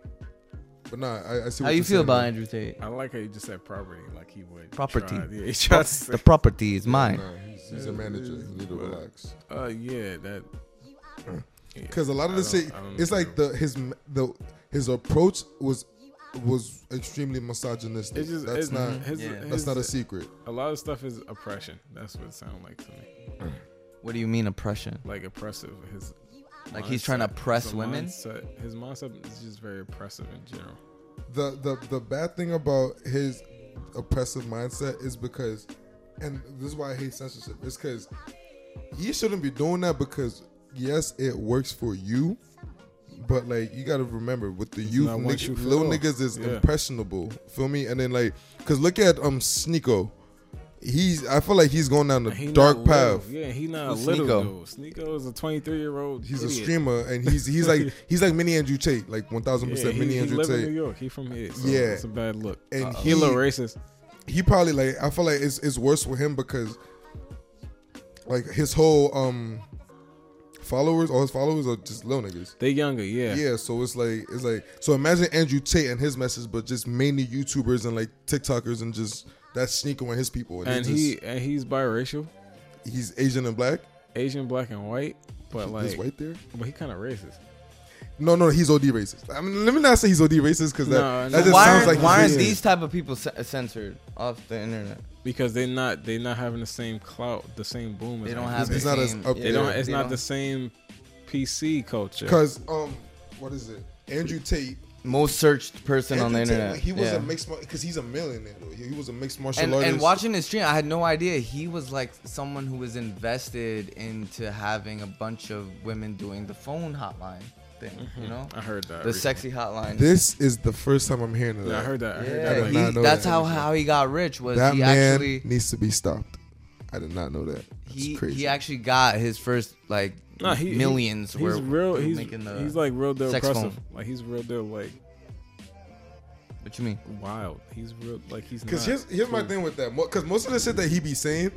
Speaker 2: But nah, I, I see.
Speaker 3: How
Speaker 2: what
Speaker 3: you
Speaker 2: you're
Speaker 3: feel
Speaker 2: saying,
Speaker 3: about
Speaker 2: though.
Speaker 3: Andrew Tate?
Speaker 5: I like how you just said property, like he would
Speaker 3: Property.
Speaker 5: Try, yeah, he tried to say,
Speaker 3: The property is mine.
Speaker 2: Nah, he's, he's a manager. You need to relax.
Speaker 5: uh, yeah, that
Speaker 2: Because a lot of the
Speaker 5: don't-
Speaker 2: shit,
Speaker 5: I don't
Speaker 2: it's like the his m- the his approach was was extremely misogynistic.
Speaker 5: it's just
Speaker 2: that's
Speaker 5: it's,
Speaker 2: not
Speaker 5: his,
Speaker 3: Yeah.
Speaker 5: his,
Speaker 2: that's not a secret.
Speaker 5: a lot of stuff is oppression. That's what it sounded like to me,
Speaker 3: What do you mean oppression?
Speaker 5: like oppressive. His
Speaker 3: Like he's trying to
Speaker 5: mindset-
Speaker 3: oppress
Speaker 5: the
Speaker 3: women?
Speaker 5: mindset- his mindset is just very oppressive in general.
Speaker 2: the the the bad thing about his oppressive mindset is because, and this is why I hate censorship. It's because he shouldn't be doing that because yes, it works for you, but like you gotta remember with the youth,
Speaker 5: not what
Speaker 2: nigga,
Speaker 5: you feel.
Speaker 2: little niggas is
Speaker 5: Yeah.
Speaker 2: impressionable. Feel me? And then like, cause look at um Sneeko. He's I feel like he's going down the
Speaker 5: He not
Speaker 2: dark
Speaker 5: little.
Speaker 2: path.
Speaker 5: Yeah, he not
Speaker 3: Who's
Speaker 5: a little
Speaker 3: Sneeko?
Speaker 5: dude. Sneeko is a 23 year old.
Speaker 2: He's
Speaker 5: idiot.
Speaker 2: a streamer and he's he's like he's like mini Andrew Tate, like one thousand
Speaker 5: Yeah,
Speaker 2: percent
Speaker 5: he,
Speaker 2: mini
Speaker 5: he
Speaker 2: Andrew
Speaker 5: live in
Speaker 2: Tate.
Speaker 5: New York. He from here. So
Speaker 2: Yeah.
Speaker 5: it's a bad look.
Speaker 2: And
Speaker 5: Uh-oh.
Speaker 2: he-
Speaker 5: he a little racist.
Speaker 2: he probably like I feel like it's it's worse for him because like his whole um followers, all his followers are just little niggas.
Speaker 5: They younger, yeah.
Speaker 2: Yeah, so it's like it's like so imagine Andrew Tate and his message, but just mainly YouTubers and like TikTokers and just that sneaker on his people. And,
Speaker 5: And
Speaker 2: just,
Speaker 5: he and he's biracial,
Speaker 2: he's Asian and black.
Speaker 5: Asian, black and white, but
Speaker 2: He's
Speaker 5: like,
Speaker 2: white there.
Speaker 5: but he kind of racist.
Speaker 2: No, no, he's OD racist. I mean, let me not say he's OD racist because that,
Speaker 5: No,
Speaker 2: that
Speaker 5: no.
Speaker 2: just
Speaker 3: why
Speaker 2: sounds
Speaker 3: aren't,
Speaker 2: like he's
Speaker 3: why aren't
Speaker 2: racist.
Speaker 3: these type of people c- censored off the internet?
Speaker 5: because they're not they're not having the same clout, the same boom.
Speaker 3: They
Speaker 5: as
Speaker 3: don't
Speaker 5: us.
Speaker 3: have.
Speaker 2: It's
Speaker 3: the
Speaker 2: not as
Speaker 3: same,
Speaker 2: up
Speaker 5: They don't.
Speaker 2: Yeah,
Speaker 5: It's
Speaker 3: they
Speaker 5: not
Speaker 3: don't-
Speaker 5: the same PC culture.
Speaker 2: Because um, what is it? Andrew Tate
Speaker 3: most searched person on the
Speaker 2: Andrew Tate,
Speaker 3: internet.
Speaker 2: He was
Speaker 3: yeah.
Speaker 2: a mixed because he's a millionaire. Though. He, he was a mixed martial
Speaker 3: and,
Speaker 2: artist.
Speaker 3: and watching his stream, I had no idea he was like someone who was invested into having a bunch of women doing the phone hotline thing. You know,
Speaker 5: I heard that.
Speaker 3: the
Speaker 5: recently.
Speaker 3: sexy hotline.
Speaker 2: this is the first time I'm hearing of that.
Speaker 5: Yeah, I heard that. I heard
Speaker 3: yeah,
Speaker 5: that.
Speaker 2: did
Speaker 3: he-
Speaker 5: like,
Speaker 2: not know
Speaker 3: that's
Speaker 2: that.
Speaker 3: how how he got rich was
Speaker 2: That
Speaker 3: he
Speaker 2: man
Speaker 3: actually
Speaker 2: needs to be stopped. I did not know that. That's
Speaker 3: he
Speaker 2: crazy.
Speaker 3: he actually got his first like
Speaker 5: Nah, he- he-
Speaker 3: millions.
Speaker 5: He's
Speaker 3: were
Speaker 5: real.
Speaker 3: were
Speaker 5: He's
Speaker 3: making the,
Speaker 5: he's like real. Deal
Speaker 3: sex
Speaker 5: oppressive.
Speaker 3: phone.
Speaker 5: Like he's real. Deal like
Speaker 3: what you mean?
Speaker 5: wild. He's real. Like he's.
Speaker 2: Because
Speaker 5: not
Speaker 2: here's here's my
Speaker 5: cool.
Speaker 2: thing with that. Because most of the shit that he be saying,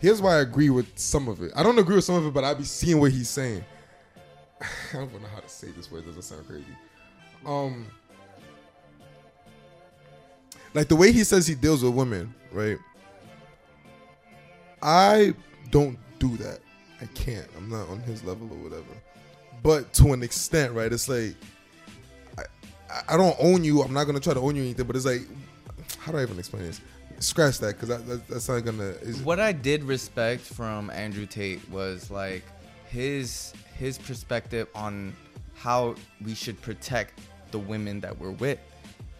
Speaker 2: here's why I agree with some of it. I don't agree with some of it, but I be seeing what he's saying. I don't know how to say this word. It doesn't sound crazy. Um, like the way he says he deals with women, right? I don't do that. I can't. I'm not on his level or whatever. But to an extent, right? It's like I- I don't own you. I'm not gonna try to own you anything. But it's like, how do I even explain this? Scratch that, because that, that, that's not gonna. Is,
Speaker 3: What I did respect from Andrew Tate was like his his perspective on how we should protect the women that we're with,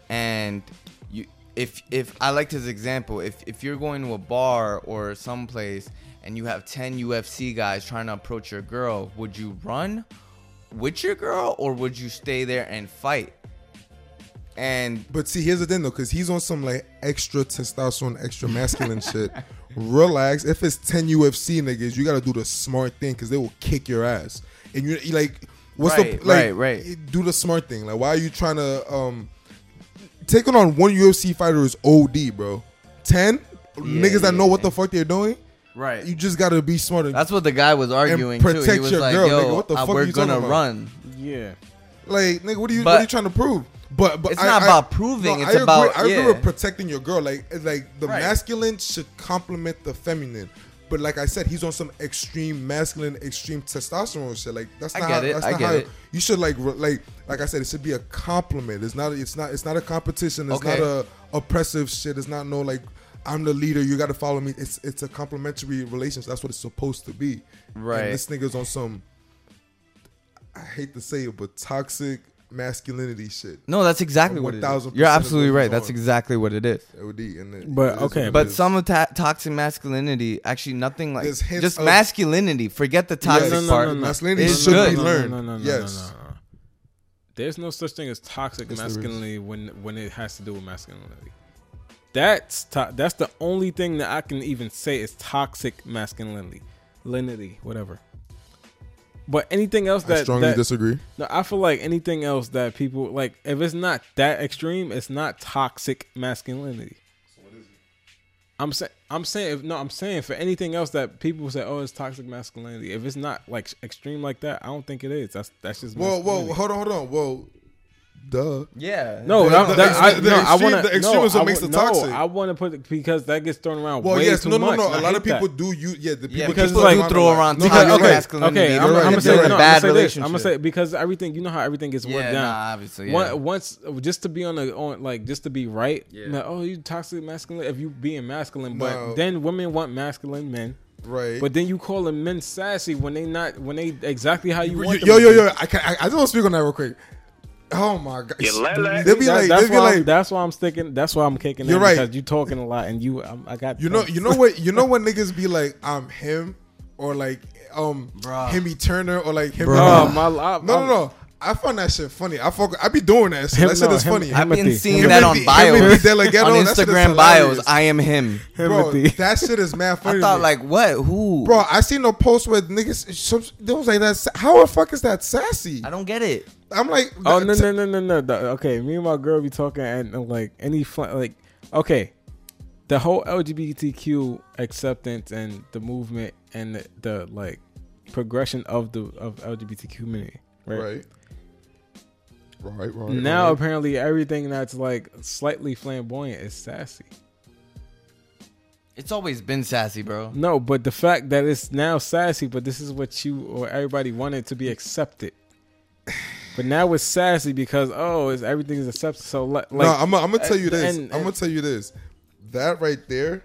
Speaker 3: and if if I liked his example, if if you're going to a bar or someplace and you have ten UFC guys trying to approach your girl, would you run with your girl or would you stay there and fight? And
Speaker 2: But see, here's the thing though, because he's on some like extra testosterone, extra masculine shit. Relax. If it's ten UFC niggas, you gotta do the smart thing because they will kick your ass. And you you, like, what's
Speaker 3: Right,
Speaker 2: the like,
Speaker 3: right, right.
Speaker 2: Do the smart thing. Like, why are you trying to um taking on one UFC fighter is OD, bro. Ten niggas that
Speaker 3: yeah,
Speaker 2: know what
Speaker 3: yeah.
Speaker 2: the fuck they're doing.
Speaker 3: Right.
Speaker 2: You just gotta be smarter.
Speaker 3: that's what the guy was arguing too. He
Speaker 2: protect
Speaker 3: was
Speaker 2: your
Speaker 3: like,
Speaker 2: girl,
Speaker 3: "Yo,
Speaker 2: nigga. What the
Speaker 3: uh,
Speaker 2: fuck are
Speaker 3: we're
Speaker 2: you
Speaker 3: gonna
Speaker 2: talking about?"
Speaker 3: run."
Speaker 5: Yeah.
Speaker 2: Like, nigga, what are you
Speaker 3: But-
Speaker 2: what are you trying to prove? But but
Speaker 3: It's
Speaker 2: I-
Speaker 3: not
Speaker 2: I-
Speaker 3: about proving, it's
Speaker 2: I agree,
Speaker 3: about-
Speaker 2: I agree
Speaker 3: yeah.
Speaker 2: with protecting your girl. Like it's like the
Speaker 3: Right.
Speaker 2: masculine should complement the feminine. But like I said, he's on some extreme masculine, extreme testosterone shit. Like that's
Speaker 3: I
Speaker 2: not
Speaker 3: get
Speaker 2: how,
Speaker 3: it,
Speaker 2: that's
Speaker 3: I
Speaker 2: not
Speaker 3: get
Speaker 2: how
Speaker 3: it.
Speaker 2: you should like re- like like I said, it should be a compliment. It's not it's not it's not a competition. It's not
Speaker 3: Okay.
Speaker 2: a oppressive shit. It's not no like I'm the leader. You got to follow me. It's it's a complimentary relationship. That's what it's supposed to be.
Speaker 3: Right.
Speaker 2: And this nigga's on some I hate to say it, but toxic masculinity shit.
Speaker 3: No, that's exactly what it is.
Speaker 2: 1000%
Speaker 3: You're absolutely
Speaker 2: is what
Speaker 3: right.
Speaker 2: it's
Speaker 3: That's
Speaker 2: on.
Speaker 3: exactly what it is.
Speaker 2: OD and it-
Speaker 5: But,
Speaker 2: it is
Speaker 5: okay,
Speaker 2: what it
Speaker 3: But
Speaker 2: is.
Speaker 3: some of ta- toxic masculinity, actually nothing like
Speaker 2: There's hints
Speaker 3: just
Speaker 2: of-
Speaker 3: masculinity. Forget the toxic
Speaker 2: no, no,
Speaker 3: part.
Speaker 2: no, no. Masculinity
Speaker 3: It's should be
Speaker 2: learned.
Speaker 5: No, no, no,
Speaker 2: Yes.
Speaker 5: no, no, no. There's no such thing as toxic
Speaker 2: Yes, there is.
Speaker 5: masculinity when when it has to do with masculinity. That's to- that's the only thing that I can even say is toxic masculinity, linity, whatever. But anything else that
Speaker 2: I strongly
Speaker 5: that-
Speaker 2: disagree.
Speaker 5: No, I feel like anything else that people like, if it's not that extreme, it's not toxic masculinity. I'm saying, I'm saying, if no, I'm saying for anything else that people say, oh, it's toxic masculinity. If it's not like extreme like that, I don't think it is. That's that's just
Speaker 2: Whoa, whoa,
Speaker 5: masculinity.
Speaker 2: hold on, hold on, whoa, duh.
Speaker 3: Yeah.
Speaker 5: No,
Speaker 2: The-
Speaker 5: I'm-
Speaker 2: the
Speaker 5: that-
Speaker 2: ex-
Speaker 5: I,
Speaker 2: the
Speaker 5: no, I
Speaker 2: extreme-
Speaker 5: want
Speaker 2: the extremism makes it toxic.
Speaker 5: I want to put it because that gets thrown around.
Speaker 2: Well,
Speaker 5: way
Speaker 2: yes,
Speaker 5: too
Speaker 2: no, no,
Speaker 5: much,
Speaker 2: no.
Speaker 5: and I
Speaker 2: A lot
Speaker 5: hate
Speaker 2: of people
Speaker 5: that.
Speaker 2: do you, yeah, the
Speaker 3: Yeah,
Speaker 2: people,
Speaker 3: because
Speaker 5: because
Speaker 3: people
Speaker 5: like-
Speaker 3: do throw around
Speaker 2: No,
Speaker 3: toxic
Speaker 5: Because,
Speaker 2: you're
Speaker 5: okay,
Speaker 2: right.
Speaker 3: masculinity.
Speaker 5: okay,
Speaker 3: You're
Speaker 5: I'm,
Speaker 2: right,
Speaker 5: I'm
Speaker 2: you're
Speaker 5: gonna say
Speaker 2: right.
Speaker 5: no,
Speaker 3: bad
Speaker 5: I'm gonna say this. I'm
Speaker 3: relationship.
Speaker 5: gonna say because everything you know how everything gets
Speaker 3: Yeah,
Speaker 5: worked down.
Speaker 3: nah, obviously,
Speaker 5: One-
Speaker 3: yeah.
Speaker 5: Once, just to be on the on like just to be right. like, oh, you toxic masculine if you being masculine, but
Speaker 2: No.
Speaker 5: then women want masculine men.
Speaker 2: right?
Speaker 5: But then you call them men sassy when they not when they exactly how you
Speaker 2: yo,
Speaker 5: want them.
Speaker 2: yo,
Speaker 5: to
Speaker 2: yo,
Speaker 5: be.
Speaker 2: yo, I can, I, I just want to speak on that real quick. Oh my god, they'll be
Speaker 5: That-
Speaker 2: like,
Speaker 5: that's
Speaker 2: they'll
Speaker 5: why
Speaker 2: be
Speaker 5: I'm,
Speaker 2: like,
Speaker 5: that's why I'm sticking. That's why I'm kicking.
Speaker 2: You're
Speaker 5: in
Speaker 2: right.
Speaker 5: because you talking a lot and you. I'm, I got
Speaker 2: You know, you know what, you know when niggas be like, I'm him, or like, um,
Speaker 3: Bruh.
Speaker 2: Himmy Turner, or like him. uh,
Speaker 5: Bruh, Oh, my- I-
Speaker 2: no, no,
Speaker 5: I'm-
Speaker 2: no. I find that shit funny. I fuck, I be doing that shit. That shit
Speaker 5: no,
Speaker 2: is
Speaker 5: Um, him-
Speaker 2: funny.
Speaker 5: him-
Speaker 3: I've been
Speaker 5: Timothy.
Speaker 3: seeing that on
Speaker 2: Timothy- Timothy
Speaker 3: bios,
Speaker 2: De La Ghetto,
Speaker 3: on
Speaker 2: that shit is
Speaker 3: Instagram
Speaker 2: hilarious.
Speaker 3: bios. I am him.
Speaker 2: bro,
Speaker 5: Timothy.
Speaker 2: that shit is mad funny. to
Speaker 3: I thought
Speaker 2: me.
Speaker 3: like, what? Who?
Speaker 2: bro, I seen a post where niggas, some, they was like that. How the fuck is that sassy?
Speaker 3: I don't get it.
Speaker 2: I'm like,
Speaker 5: Oh no
Speaker 2: that-
Speaker 5: no no no no! The- okay, me and my girl be talking and uh, like any fl- like okay, the whole LGBTQ acceptance and the movement and the, the like progression of the of LGBTQ community. Right.
Speaker 2: right, Mm-hmm. right, right.
Speaker 5: Now
Speaker 2: right.
Speaker 5: apparently everything that's like slightly flamboyant is sassy.
Speaker 3: It's always been sassy, bro.
Speaker 5: No, but the fact that it's now sassy, but this is what you or everybody wanted to be accepted. But now it's sassy because oh, it's everything is accepted. So li- like,
Speaker 2: no, I'm, I'm gonna tell you
Speaker 5: and-
Speaker 2: this.
Speaker 5: and-
Speaker 2: I'm gonna tell you this. That right there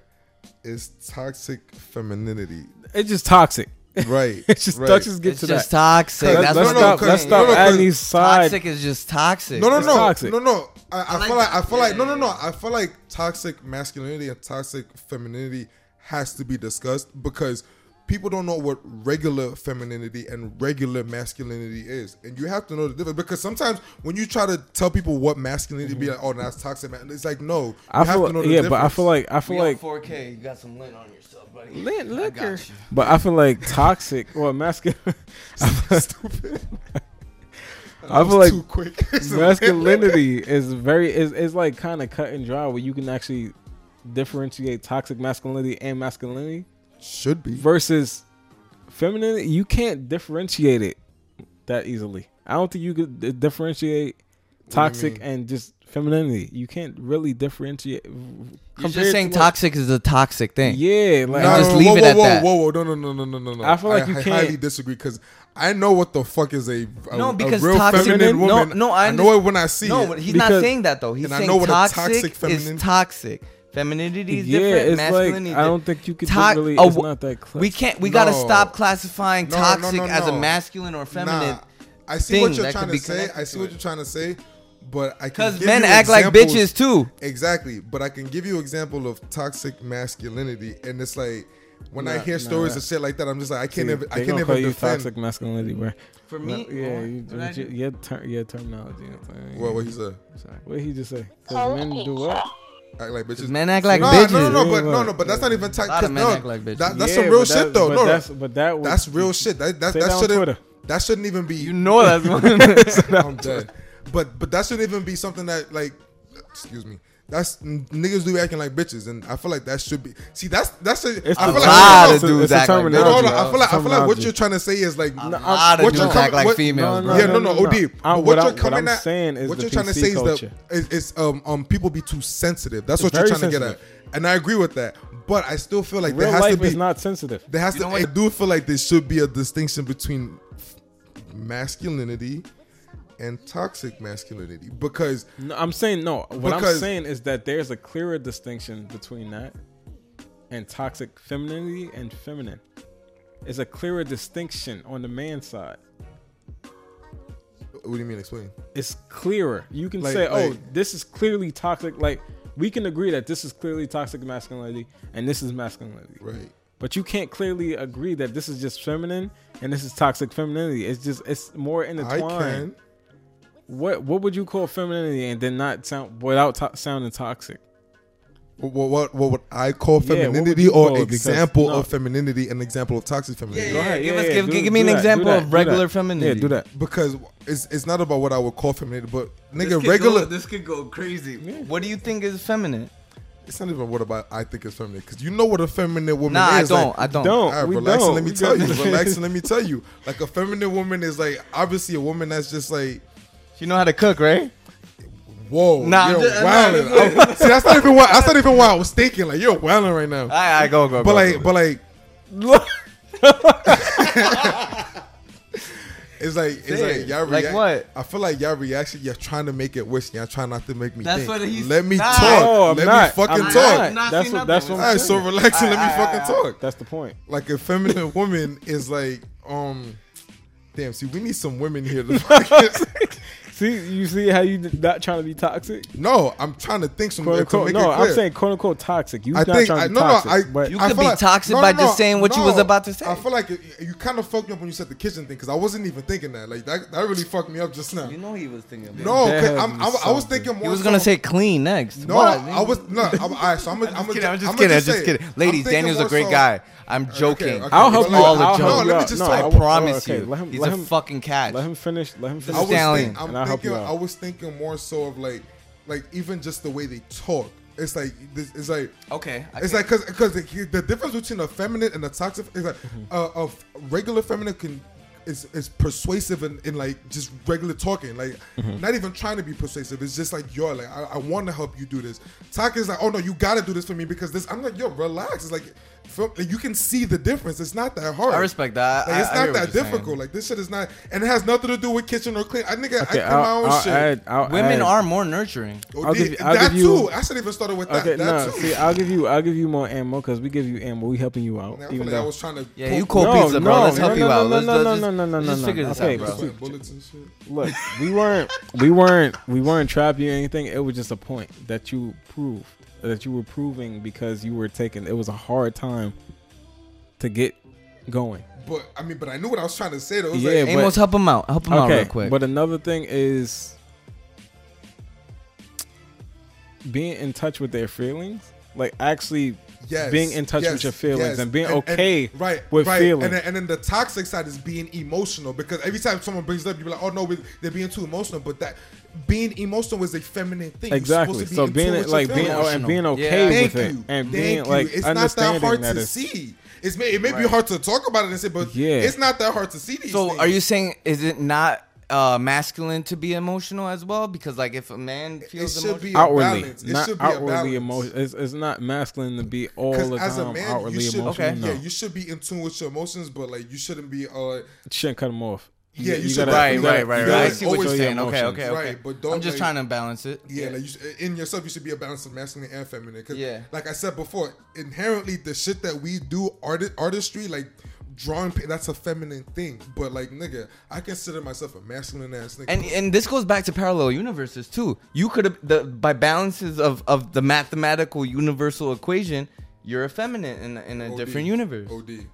Speaker 2: is toxic femininity.
Speaker 5: it's just toxic.
Speaker 2: Right.
Speaker 5: It's just
Speaker 2: right.
Speaker 5: let's just get
Speaker 3: It's
Speaker 5: to
Speaker 3: just
Speaker 5: that.
Speaker 3: toxic.
Speaker 2: Let's-
Speaker 3: That's
Speaker 5: let's
Speaker 3: what
Speaker 5: stop.
Speaker 3: I'm
Speaker 5: Let's
Speaker 3: saying.
Speaker 5: stop
Speaker 2: No, no,
Speaker 5: adding these
Speaker 2: cause-
Speaker 5: side.
Speaker 3: Toxic is just toxic.
Speaker 2: No, no,
Speaker 5: It's
Speaker 2: no,
Speaker 5: toxic.
Speaker 2: no, no. I, I,
Speaker 3: like
Speaker 2: feel like I
Speaker 3: that.
Speaker 2: feel like no,
Speaker 3: Yeah.
Speaker 2: no, no. I feel like toxic masculinity and toxic femininity has to be discussed because people don't know what regular femininity and regular masculinity is, and you have to know the difference. Because sometimes when you try to tell people what masculinity be like, oh, that's toxic. Man, it's like no, you
Speaker 5: Mm-hmm. I
Speaker 2: have
Speaker 5: feel
Speaker 2: to know the
Speaker 5: yeah,
Speaker 2: difference.
Speaker 5: but I feel like I feel
Speaker 3: We
Speaker 5: like,
Speaker 3: on 4K. You got some lint on yourself, buddy.
Speaker 5: Lint,
Speaker 3: I
Speaker 5: liquor.
Speaker 3: got you.
Speaker 5: but I feel like toxic or masculine.
Speaker 2: stupid.
Speaker 5: I feel
Speaker 2: too
Speaker 5: like
Speaker 2: quick.
Speaker 5: masculinity is very is is like kind of cut and dry where you can actually differentiate toxic masculinity and masculinity
Speaker 2: should be.
Speaker 5: versus femininity. You can't differentiate it that easily. I don't think you could d- differentiate toxic and just femininity. You can't really differentiate.
Speaker 3: You're
Speaker 5: compared to
Speaker 3: just saying
Speaker 5: what-
Speaker 3: toxic is a toxic thing.
Speaker 5: Yeah, like
Speaker 3: No,
Speaker 5: I
Speaker 3: just
Speaker 5: don't-
Speaker 3: leave
Speaker 2: whoa,
Speaker 3: it
Speaker 2: whoa,
Speaker 3: at
Speaker 2: whoa,
Speaker 3: that.
Speaker 2: Whoa, whoa, no, no, no, no, no, no, no.
Speaker 5: I feel like you
Speaker 2: I highly
Speaker 5: can't-
Speaker 2: disagree because I know what the fuck is a, a
Speaker 3: No, because
Speaker 2: a real
Speaker 3: toxic-
Speaker 2: feminine
Speaker 3: no,
Speaker 2: woman.
Speaker 3: no, I
Speaker 2: I, know it when I see
Speaker 3: no,
Speaker 2: it.
Speaker 3: but he's
Speaker 5: Because-
Speaker 3: not saying that though. He's
Speaker 2: And I
Speaker 3: saying
Speaker 2: know what a
Speaker 3: toxic,
Speaker 2: toxic feminine-
Speaker 3: is toxic. Femininity is
Speaker 5: Yeah,
Speaker 3: different.
Speaker 5: it's like,
Speaker 3: masculinity.
Speaker 5: I
Speaker 3: di-
Speaker 5: don't think you could
Speaker 3: Tox-
Speaker 5: really-
Speaker 3: oh,
Speaker 5: it's not that close.
Speaker 3: We can't. We gotta
Speaker 2: No.
Speaker 3: stop classifying
Speaker 2: No, no, no,
Speaker 3: toxic
Speaker 2: no,
Speaker 3: as a
Speaker 2: no.
Speaker 3: masculine or feminine.
Speaker 2: Nah, I see what
Speaker 3: thing
Speaker 2: you're
Speaker 3: that
Speaker 2: trying
Speaker 3: could
Speaker 2: to
Speaker 3: be
Speaker 2: say.
Speaker 3: connected
Speaker 2: I see
Speaker 3: to
Speaker 2: what
Speaker 3: it.
Speaker 2: you're trying to say, but I can
Speaker 3: Because
Speaker 2: give
Speaker 3: men
Speaker 2: you
Speaker 3: act like
Speaker 2: examples-
Speaker 3: bitches too.
Speaker 2: Exactly, but I can give you example of toxic masculinity, and it's like when I
Speaker 5: Nah,
Speaker 2: hear
Speaker 5: nah,
Speaker 2: stories
Speaker 5: nah.
Speaker 2: of shit like that, I'm just like I can't
Speaker 5: They-
Speaker 2: ever, I
Speaker 5: they
Speaker 2: can
Speaker 5: gonna
Speaker 2: never
Speaker 5: call you
Speaker 2: defend.
Speaker 5: toxic masculinity, bro.
Speaker 3: For me,
Speaker 5: yeah, you,
Speaker 3: What I
Speaker 5: you,
Speaker 3: do?
Speaker 5: your, ter- your terminology. you know what I'm saying?
Speaker 2: What what he said?
Speaker 5: What did he just say? 'Cause men do what?
Speaker 2: Act like bitches.
Speaker 3: men act like
Speaker 2: no,
Speaker 3: bitches.
Speaker 2: No, no, no, but
Speaker 5: Yeah,
Speaker 2: no, no,
Speaker 5: look,
Speaker 2: but that's not even
Speaker 3: A lot
Speaker 2: toxic.
Speaker 3: of men
Speaker 2: No,
Speaker 3: act like bitches.
Speaker 2: that, that's
Speaker 5: Yeah,
Speaker 2: some real
Speaker 5: but
Speaker 2: shit
Speaker 5: that-
Speaker 2: though.
Speaker 5: But
Speaker 2: No,
Speaker 5: that's
Speaker 2: no,
Speaker 5: but that was,
Speaker 2: that's real shit. That that,
Speaker 5: Say that
Speaker 2: that
Speaker 5: on
Speaker 2: shouldn't
Speaker 5: Twitter.
Speaker 2: that shouldn't even be.
Speaker 3: You know that's one.
Speaker 2: I'm dead. But but that shouldn't even be something that like, excuse me. That's n- niggas do acting like bitches, and I feel like that should be. See, that's that's a.
Speaker 5: It's
Speaker 2: I
Speaker 5: the
Speaker 2: feel
Speaker 3: vibe
Speaker 2: like
Speaker 3: of dudes
Speaker 5: it's a
Speaker 3: act like
Speaker 2: no,
Speaker 5: terminology.
Speaker 2: no, no,
Speaker 5: bro.
Speaker 2: I feel like I feel like what
Speaker 5: Terminology.
Speaker 2: you're trying to say is like
Speaker 3: a lot
Speaker 2: what
Speaker 3: of
Speaker 2: you're
Speaker 3: dudes act
Speaker 2: coming-
Speaker 3: like
Speaker 2: what-
Speaker 3: females,
Speaker 5: No,
Speaker 3: bro.
Speaker 2: yeah, no, no,
Speaker 5: no, no.
Speaker 2: OD.
Speaker 5: I-
Speaker 2: but
Speaker 5: what
Speaker 2: what
Speaker 5: I-
Speaker 2: you're
Speaker 5: what
Speaker 2: coming
Speaker 5: I'm
Speaker 2: at,
Speaker 5: saying is
Speaker 2: what
Speaker 5: the
Speaker 2: you're trying to
Speaker 5: PC
Speaker 2: say
Speaker 5: culture.
Speaker 2: is that is, is um um people be too sensitive. That's what
Speaker 5: It's
Speaker 2: you're
Speaker 5: very
Speaker 2: trying to get at, and I agree with that. But I still feel like
Speaker 5: Real
Speaker 2: there has to
Speaker 5: life is
Speaker 2: be
Speaker 5: not sensitive.
Speaker 2: there has to. I do feel like there should be a distinction between f- masculinity and toxic masculinity because
Speaker 5: No, I'm saying no. What I'm
Speaker 2: Because-
Speaker 5: saying is that there's a clearer distinction between that and toxic femininity and feminine. It's a clearer distinction on the man side.
Speaker 2: what do you mean? Explain.
Speaker 5: It's clearer. You can
Speaker 2: Like-
Speaker 5: say, "Oh,
Speaker 2: like-
Speaker 5: this is clearly toxic." Like we can agree that this is clearly toxic masculinity and this is masculinity.
Speaker 2: Right.
Speaker 5: But you can't clearly agree that this is just feminine and this is toxic femininity. It's just it's more
Speaker 2: I
Speaker 5: intertwined.
Speaker 2: can.
Speaker 5: What what would you call femininity and then not sound without to- sounding toxic?
Speaker 2: What what what would I call
Speaker 5: Yeah, what would
Speaker 2: femininity
Speaker 5: you
Speaker 2: or
Speaker 5: call it? Because-
Speaker 2: example
Speaker 5: no.
Speaker 2: of femininity and example of toxic femininity?
Speaker 5: Go ahead.
Speaker 3: Give
Speaker 5: Yeah,
Speaker 3: us-
Speaker 5: yeah,
Speaker 3: give-
Speaker 5: do-
Speaker 3: give me
Speaker 5: do
Speaker 3: an
Speaker 5: that,
Speaker 3: example
Speaker 5: do
Speaker 3: of
Speaker 5: that, do
Speaker 3: regular
Speaker 5: that.
Speaker 3: femininity.
Speaker 5: Yeah, do that.
Speaker 2: Because it's it's not about what I would call femininity, but nigga regular.
Speaker 3: this could go crazy. What do you think is feminine?
Speaker 2: It's not even what about I think is feminine because you know what a feminine woman
Speaker 3: Nah, I
Speaker 2: is.
Speaker 3: don't.
Speaker 2: like,
Speaker 3: I don't.
Speaker 5: Don't.
Speaker 2: Alright,
Speaker 5: we
Speaker 2: relax
Speaker 5: don't.
Speaker 2: and let me
Speaker 5: We
Speaker 2: tell you.
Speaker 5: don't.
Speaker 2: Relax and let me tell you. Like a feminine woman is like obviously a woman that's just like
Speaker 3: She know how to cook, right?
Speaker 2: whoa,
Speaker 3: Nah, I'm
Speaker 2: you're
Speaker 3: just- I'm
Speaker 2: wilding.
Speaker 3: not even-
Speaker 5: Oh,
Speaker 2: I'm- See, that's not even what that's not even what I was thinking. Like you're wilding right now.
Speaker 3: I, I go, go,
Speaker 2: but
Speaker 3: go,
Speaker 2: like,
Speaker 3: go.
Speaker 2: but like, it's like it's
Speaker 3: Say
Speaker 2: like
Speaker 3: it.
Speaker 2: y'all
Speaker 3: Like
Speaker 2: react-
Speaker 3: what?
Speaker 2: I feel like y'all reaction. Y'all trying to make it wish. Y'all trying not to make me.
Speaker 3: That's
Speaker 2: think.
Speaker 3: what he's-
Speaker 2: Let me
Speaker 3: Nah.
Speaker 2: talk.
Speaker 5: No, Oh, I'm
Speaker 2: Let
Speaker 5: not.
Speaker 2: me fucking
Speaker 5: I'm
Speaker 2: talk.
Speaker 5: not.
Speaker 3: Not
Speaker 5: That's
Speaker 3: say
Speaker 5: what. That's what.
Speaker 3: nothing.
Speaker 5: I'm
Speaker 2: All right, so
Speaker 5: saying.
Speaker 2: relax and let me fucking talk.
Speaker 5: That's the point.
Speaker 2: like a feminine woman is like um damn see we need some women here to fucking,
Speaker 5: See, you see how you d- not trying to be toxic.
Speaker 2: no i'm trying to think some
Speaker 5: Quote
Speaker 2: to
Speaker 5: unquote.
Speaker 2: make
Speaker 5: No,
Speaker 2: it clear.
Speaker 5: I'm saying quote unquote toxic. You
Speaker 2: I
Speaker 5: not
Speaker 2: think
Speaker 5: trying
Speaker 2: I,
Speaker 5: to be
Speaker 2: no,
Speaker 5: toxic.
Speaker 2: no. I,
Speaker 5: but
Speaker 3: You
Speaker 2: I
Speaker 3: could
Speaker 2: feel
Speaker 3: be
Speaker 2: like-
Speaker 3: toxic
Speaker 2: no,
Speaker 3: by
Speaker 2: no,
Speaker 3: just saying what you was
Speaker 2: no.
Speaker 3: about to say.
Speaker 2: I feel like you, you kind of fucked me up when you said the kitchen thing because I wasn't even thinking that. Like that, that really fucked me up just now.
Speaker 3: you know he was thinking. About
Speaker 2: No, 'cause
Speaker 5: Damn,
Speaker 2: I'm, I'm, I was thinking more.
Speaker 3: He was
Speaker 2: so-
Speaker 3: gonna say clean next.
Speaker 2: no.
Speaker 3: What?
Speaker 2: I was no. I'm, all right, so I'm, I'm,
Speaker 3: Kidding, I'm just
Speaker 2: I'm
Speaker 3: kidding. I'm just
Speaker 2: say it.
Speaker 3: kidding.
Speaker 2: I'm
Speaker 3: Ladies,
Speaker 2: thinking
Speaker 3: Daniel's a
Speaker 2: more
Speaker 3: great
Speaker 2: so-
Speaker 3: guy. I'm
Speaker 2: okay,
Speaker 3: joking.
Speaker 2: okay.
Speaker 5: I'll help
Speaker 2: But
Speaker 5: you.
Speaker 2: like-
Speaker 5: out.
Speaker 3: a
Speaker 5: I'll
Speaker 3: joke.
Speaker 5: help you
Speaker 2: No, let me
Speaker 5: out.
Speaker 2: just
Speaker 5: No,
Speaker 2: talk.
Speaker 3: I
Speaker 5: won't- Oh,
Speaker 3: promise
Speaker 5: okay,
Speaker 3: you.
Speaker 5: let him-
Speaker 3: He's
Speaker 5: let
Speaker 3: a
Speaker 5: him-
Speaker 3: fucking catch.
Speaker 5: Let him finish. Let him
Speaker 2: I
Speaker 5: finish.
Speaker 2: was,
Speaker 3: Stallion.
Speaker 2: think,
Speaker 5: And
Speaker 2: I'm
Speaker 5: I'll help
Speaker 2: thinking,
Speaker 5: you out.
Speaker 2: I was thinking more so of like, like even just the way they talk. It's like this. It's like
Speaker 3: Okay. I
Speaker 2: it's
Speaker 3: can-
Speaker 2: like because because the, the difference between a feminine and a toxic is like uh, a f- regular feminine can is is persuasive and in, like just regular talking like
Speaker 5: Mm-hmm.
Speaker 2: not even trying to be persuasive. It's just like yo, like I, I want to help you do this. Toxic is like oh no, you got to do this for me because this. I'm like yo, relax. It's like. feel- You can see the difference. It's not that hard.
Speaker 3: I respect that.
Speaker 2: Like,
Speaker 3: I-
Speaker 2: it's
Speaker 3: I
Speaker 2: not
Speaker 3: hear what
Speaker 2: that
Speaker 3: you're saying.
Speaker 2: difficult. Like this shit is not, and it has nothing to do with kitchen or clean. I nigga,
Speaker 5: Okay,
Speaker 2: I clean my
Speaker 5: I'll-
Speaker 2: own
Speaker 5: I'll
Speaker 2: shit.
Speaker 5: add- I'll
Speaker 3: Women
Speaker 5: add-
Speaker 3: are more nurturing.
Speaker 2: Oh,
Speaker 5: I'll
Speaker 2: yeah,
Speaker 5: give you- I'll
Speaker 2: that
Speaker 5: give you-
Speaker 2: too. I should even started with that.
Speaker 5: Okay,
Speaker 2: that
Speaker 5: no.
Speaker 2: too.
Speaker 5: See, I'll give you. I'll give you more ammo because we give you ammo. We helping you out.
Speaker 2: I feel
Speaker 5: even
Speaker 2: like I
Speaker 5: though-
Speaker 2: was trying to.
Speaker 3: Yeah,
Speaker 2: poke-
Speaker 3: you cold
Speaker 5: No,
Speaker 3: pizza, bro.
Speaker 5: no,
Speaker 3: Let's
Speaker 5: no,
Speaker 3: help
Speaker 5: no,
Speaker 3: you out.
Speaker 5: no,
Speaker 3: Let's,
Speaker 5: no,
Speaker 3: let's
Speaker 5: no,
Speaker 3: just,
Speaker 5: no, no,
Speaker 3: let's
Speaker 5: no,
Speaker 3: just
Speaker 5: no.
Speaker 3: figure this
Speaker 5: Okay,
Speaker 3: out,
Speaker 5: let's
Speaker 3: bro.
Speaker 2: Playing bullets and shit.
Speaker 5: Look, we weren't we weren't we weren't trapping you or anything. It was just a point that you proved that you were proving because you were taking. It was a hard time to get going.
Speaker 2: But I mean, but I knew what I was trying to say. Though. It was
Speaker 5: Yeah,
Speaker 2: like,
Speaker 5: but-
Speaker 3: Amos, help him out. Help him out real quick.
Speaker 5: but another thing is being in touch with their feelings, like actually
Speaker 2: yes,
Speaker 5: being in touch
Speaker 2: yes,
Speaker 5: with your feelings
Speaker 2: yes.
Speaker 5: and being okay
Speaker 2: right,
Speaker 5: with
Speaker 2: right.
Speaker 5: feelings.
Speaker 2: And then, and then the toxic side is being emotional because every time someone brings it up, you be like, oh no, we- they're being too emotional. But that being emotional is a feminine thing. You're
Speaker 5: Exactly.
Speaker 2: supposed to be
Speaker 5: so
Speaker 2: in
Speaker 5: being
Speaker 2: tune with your
Speaker 5: like being
Speaker 2: feelings.
Speaker 5: and being
Speaker 3: Emotional.
Speaker 5: okay
Speaker 3: Yeah.
Speaker 5: with it and being like
Speaker 2: it's not
Speaker 5: understanding
Speaker 2: that hard
Speaker 5: that
Speaker 2: to
Speaker 5: it's-
Speaker 2: see. It's may, it may be hard to talk about it and say, but
Speaker 5: Yeah.
Speaker 2: it's not that hard to see these.
Speaker 3: so,
Speaker 2: things.
Speaker 3: are you saying is it not uh, masculine to be emotional as well? Because like, if a man
Speaker 2: It
Speaker 3: feels
Speaker 2: should be
Speaker 3: emotional,
Speaker 2: a
Speaker 5: outwardly,
Speaker 2: balance. It
Speaker 5: not
Speaker 2: should be a
Speaker 5: outwardly
Speaker 2: balance.
Speaker 5: emotional. It's, it's not masculine to be all
Speaker 2: Because
Speaker 5: the
Speaker 2: as
Speaker 5: time
Speaker 2: a man,
Speaker 5: outwardly
Speaker 2: you should,
Speaker 5: emotional.
Speaker 3: Okay.
Speaker 5: No.
Speaker 2: yeah, you should be in tune with your emotions, but like you shouldn't be, uh,
Speaker 5: shouldn't cut them off.
Speaker 2: Yeah, you should-
Speaker 3: right,
Speaker 2: you
Speaker 3: right,
Speaker 5: gotta-
Speaker 2: you
Speaker 3: right, right.
Speaker 2: gotta
Speaker 3: I see what
Speaker 2: always
Speaker 3: you're
Speaker 5: show your
Speaker 3: saying. Okay,
Speaker 5: emotions.
Speaker 3: okay, okay.
Speaker 2: Right, but don't,
Speaker 3: I'm just
Speaker 2: like-
Speaker 3: trying to balance it.
Speaker 2: yeah, like you, should- in yourself, you should be a balance of masculine and feminine. 'Cause
Speaker 3: Yeah.
Speaker 2: like I said before, inherently the shit that we do, art, artistry, like drawing pa- that's a feminine thing. But like nigga, I consider myself a masculine ass nigga.
Speaker 3: And and this goes back to parallel universes too. You could have the by balances of of the mathematical universal equation, you're effeminate in in a
Speaker 2: OD,
Speaker 3: different universe.
Speaker 2: OD.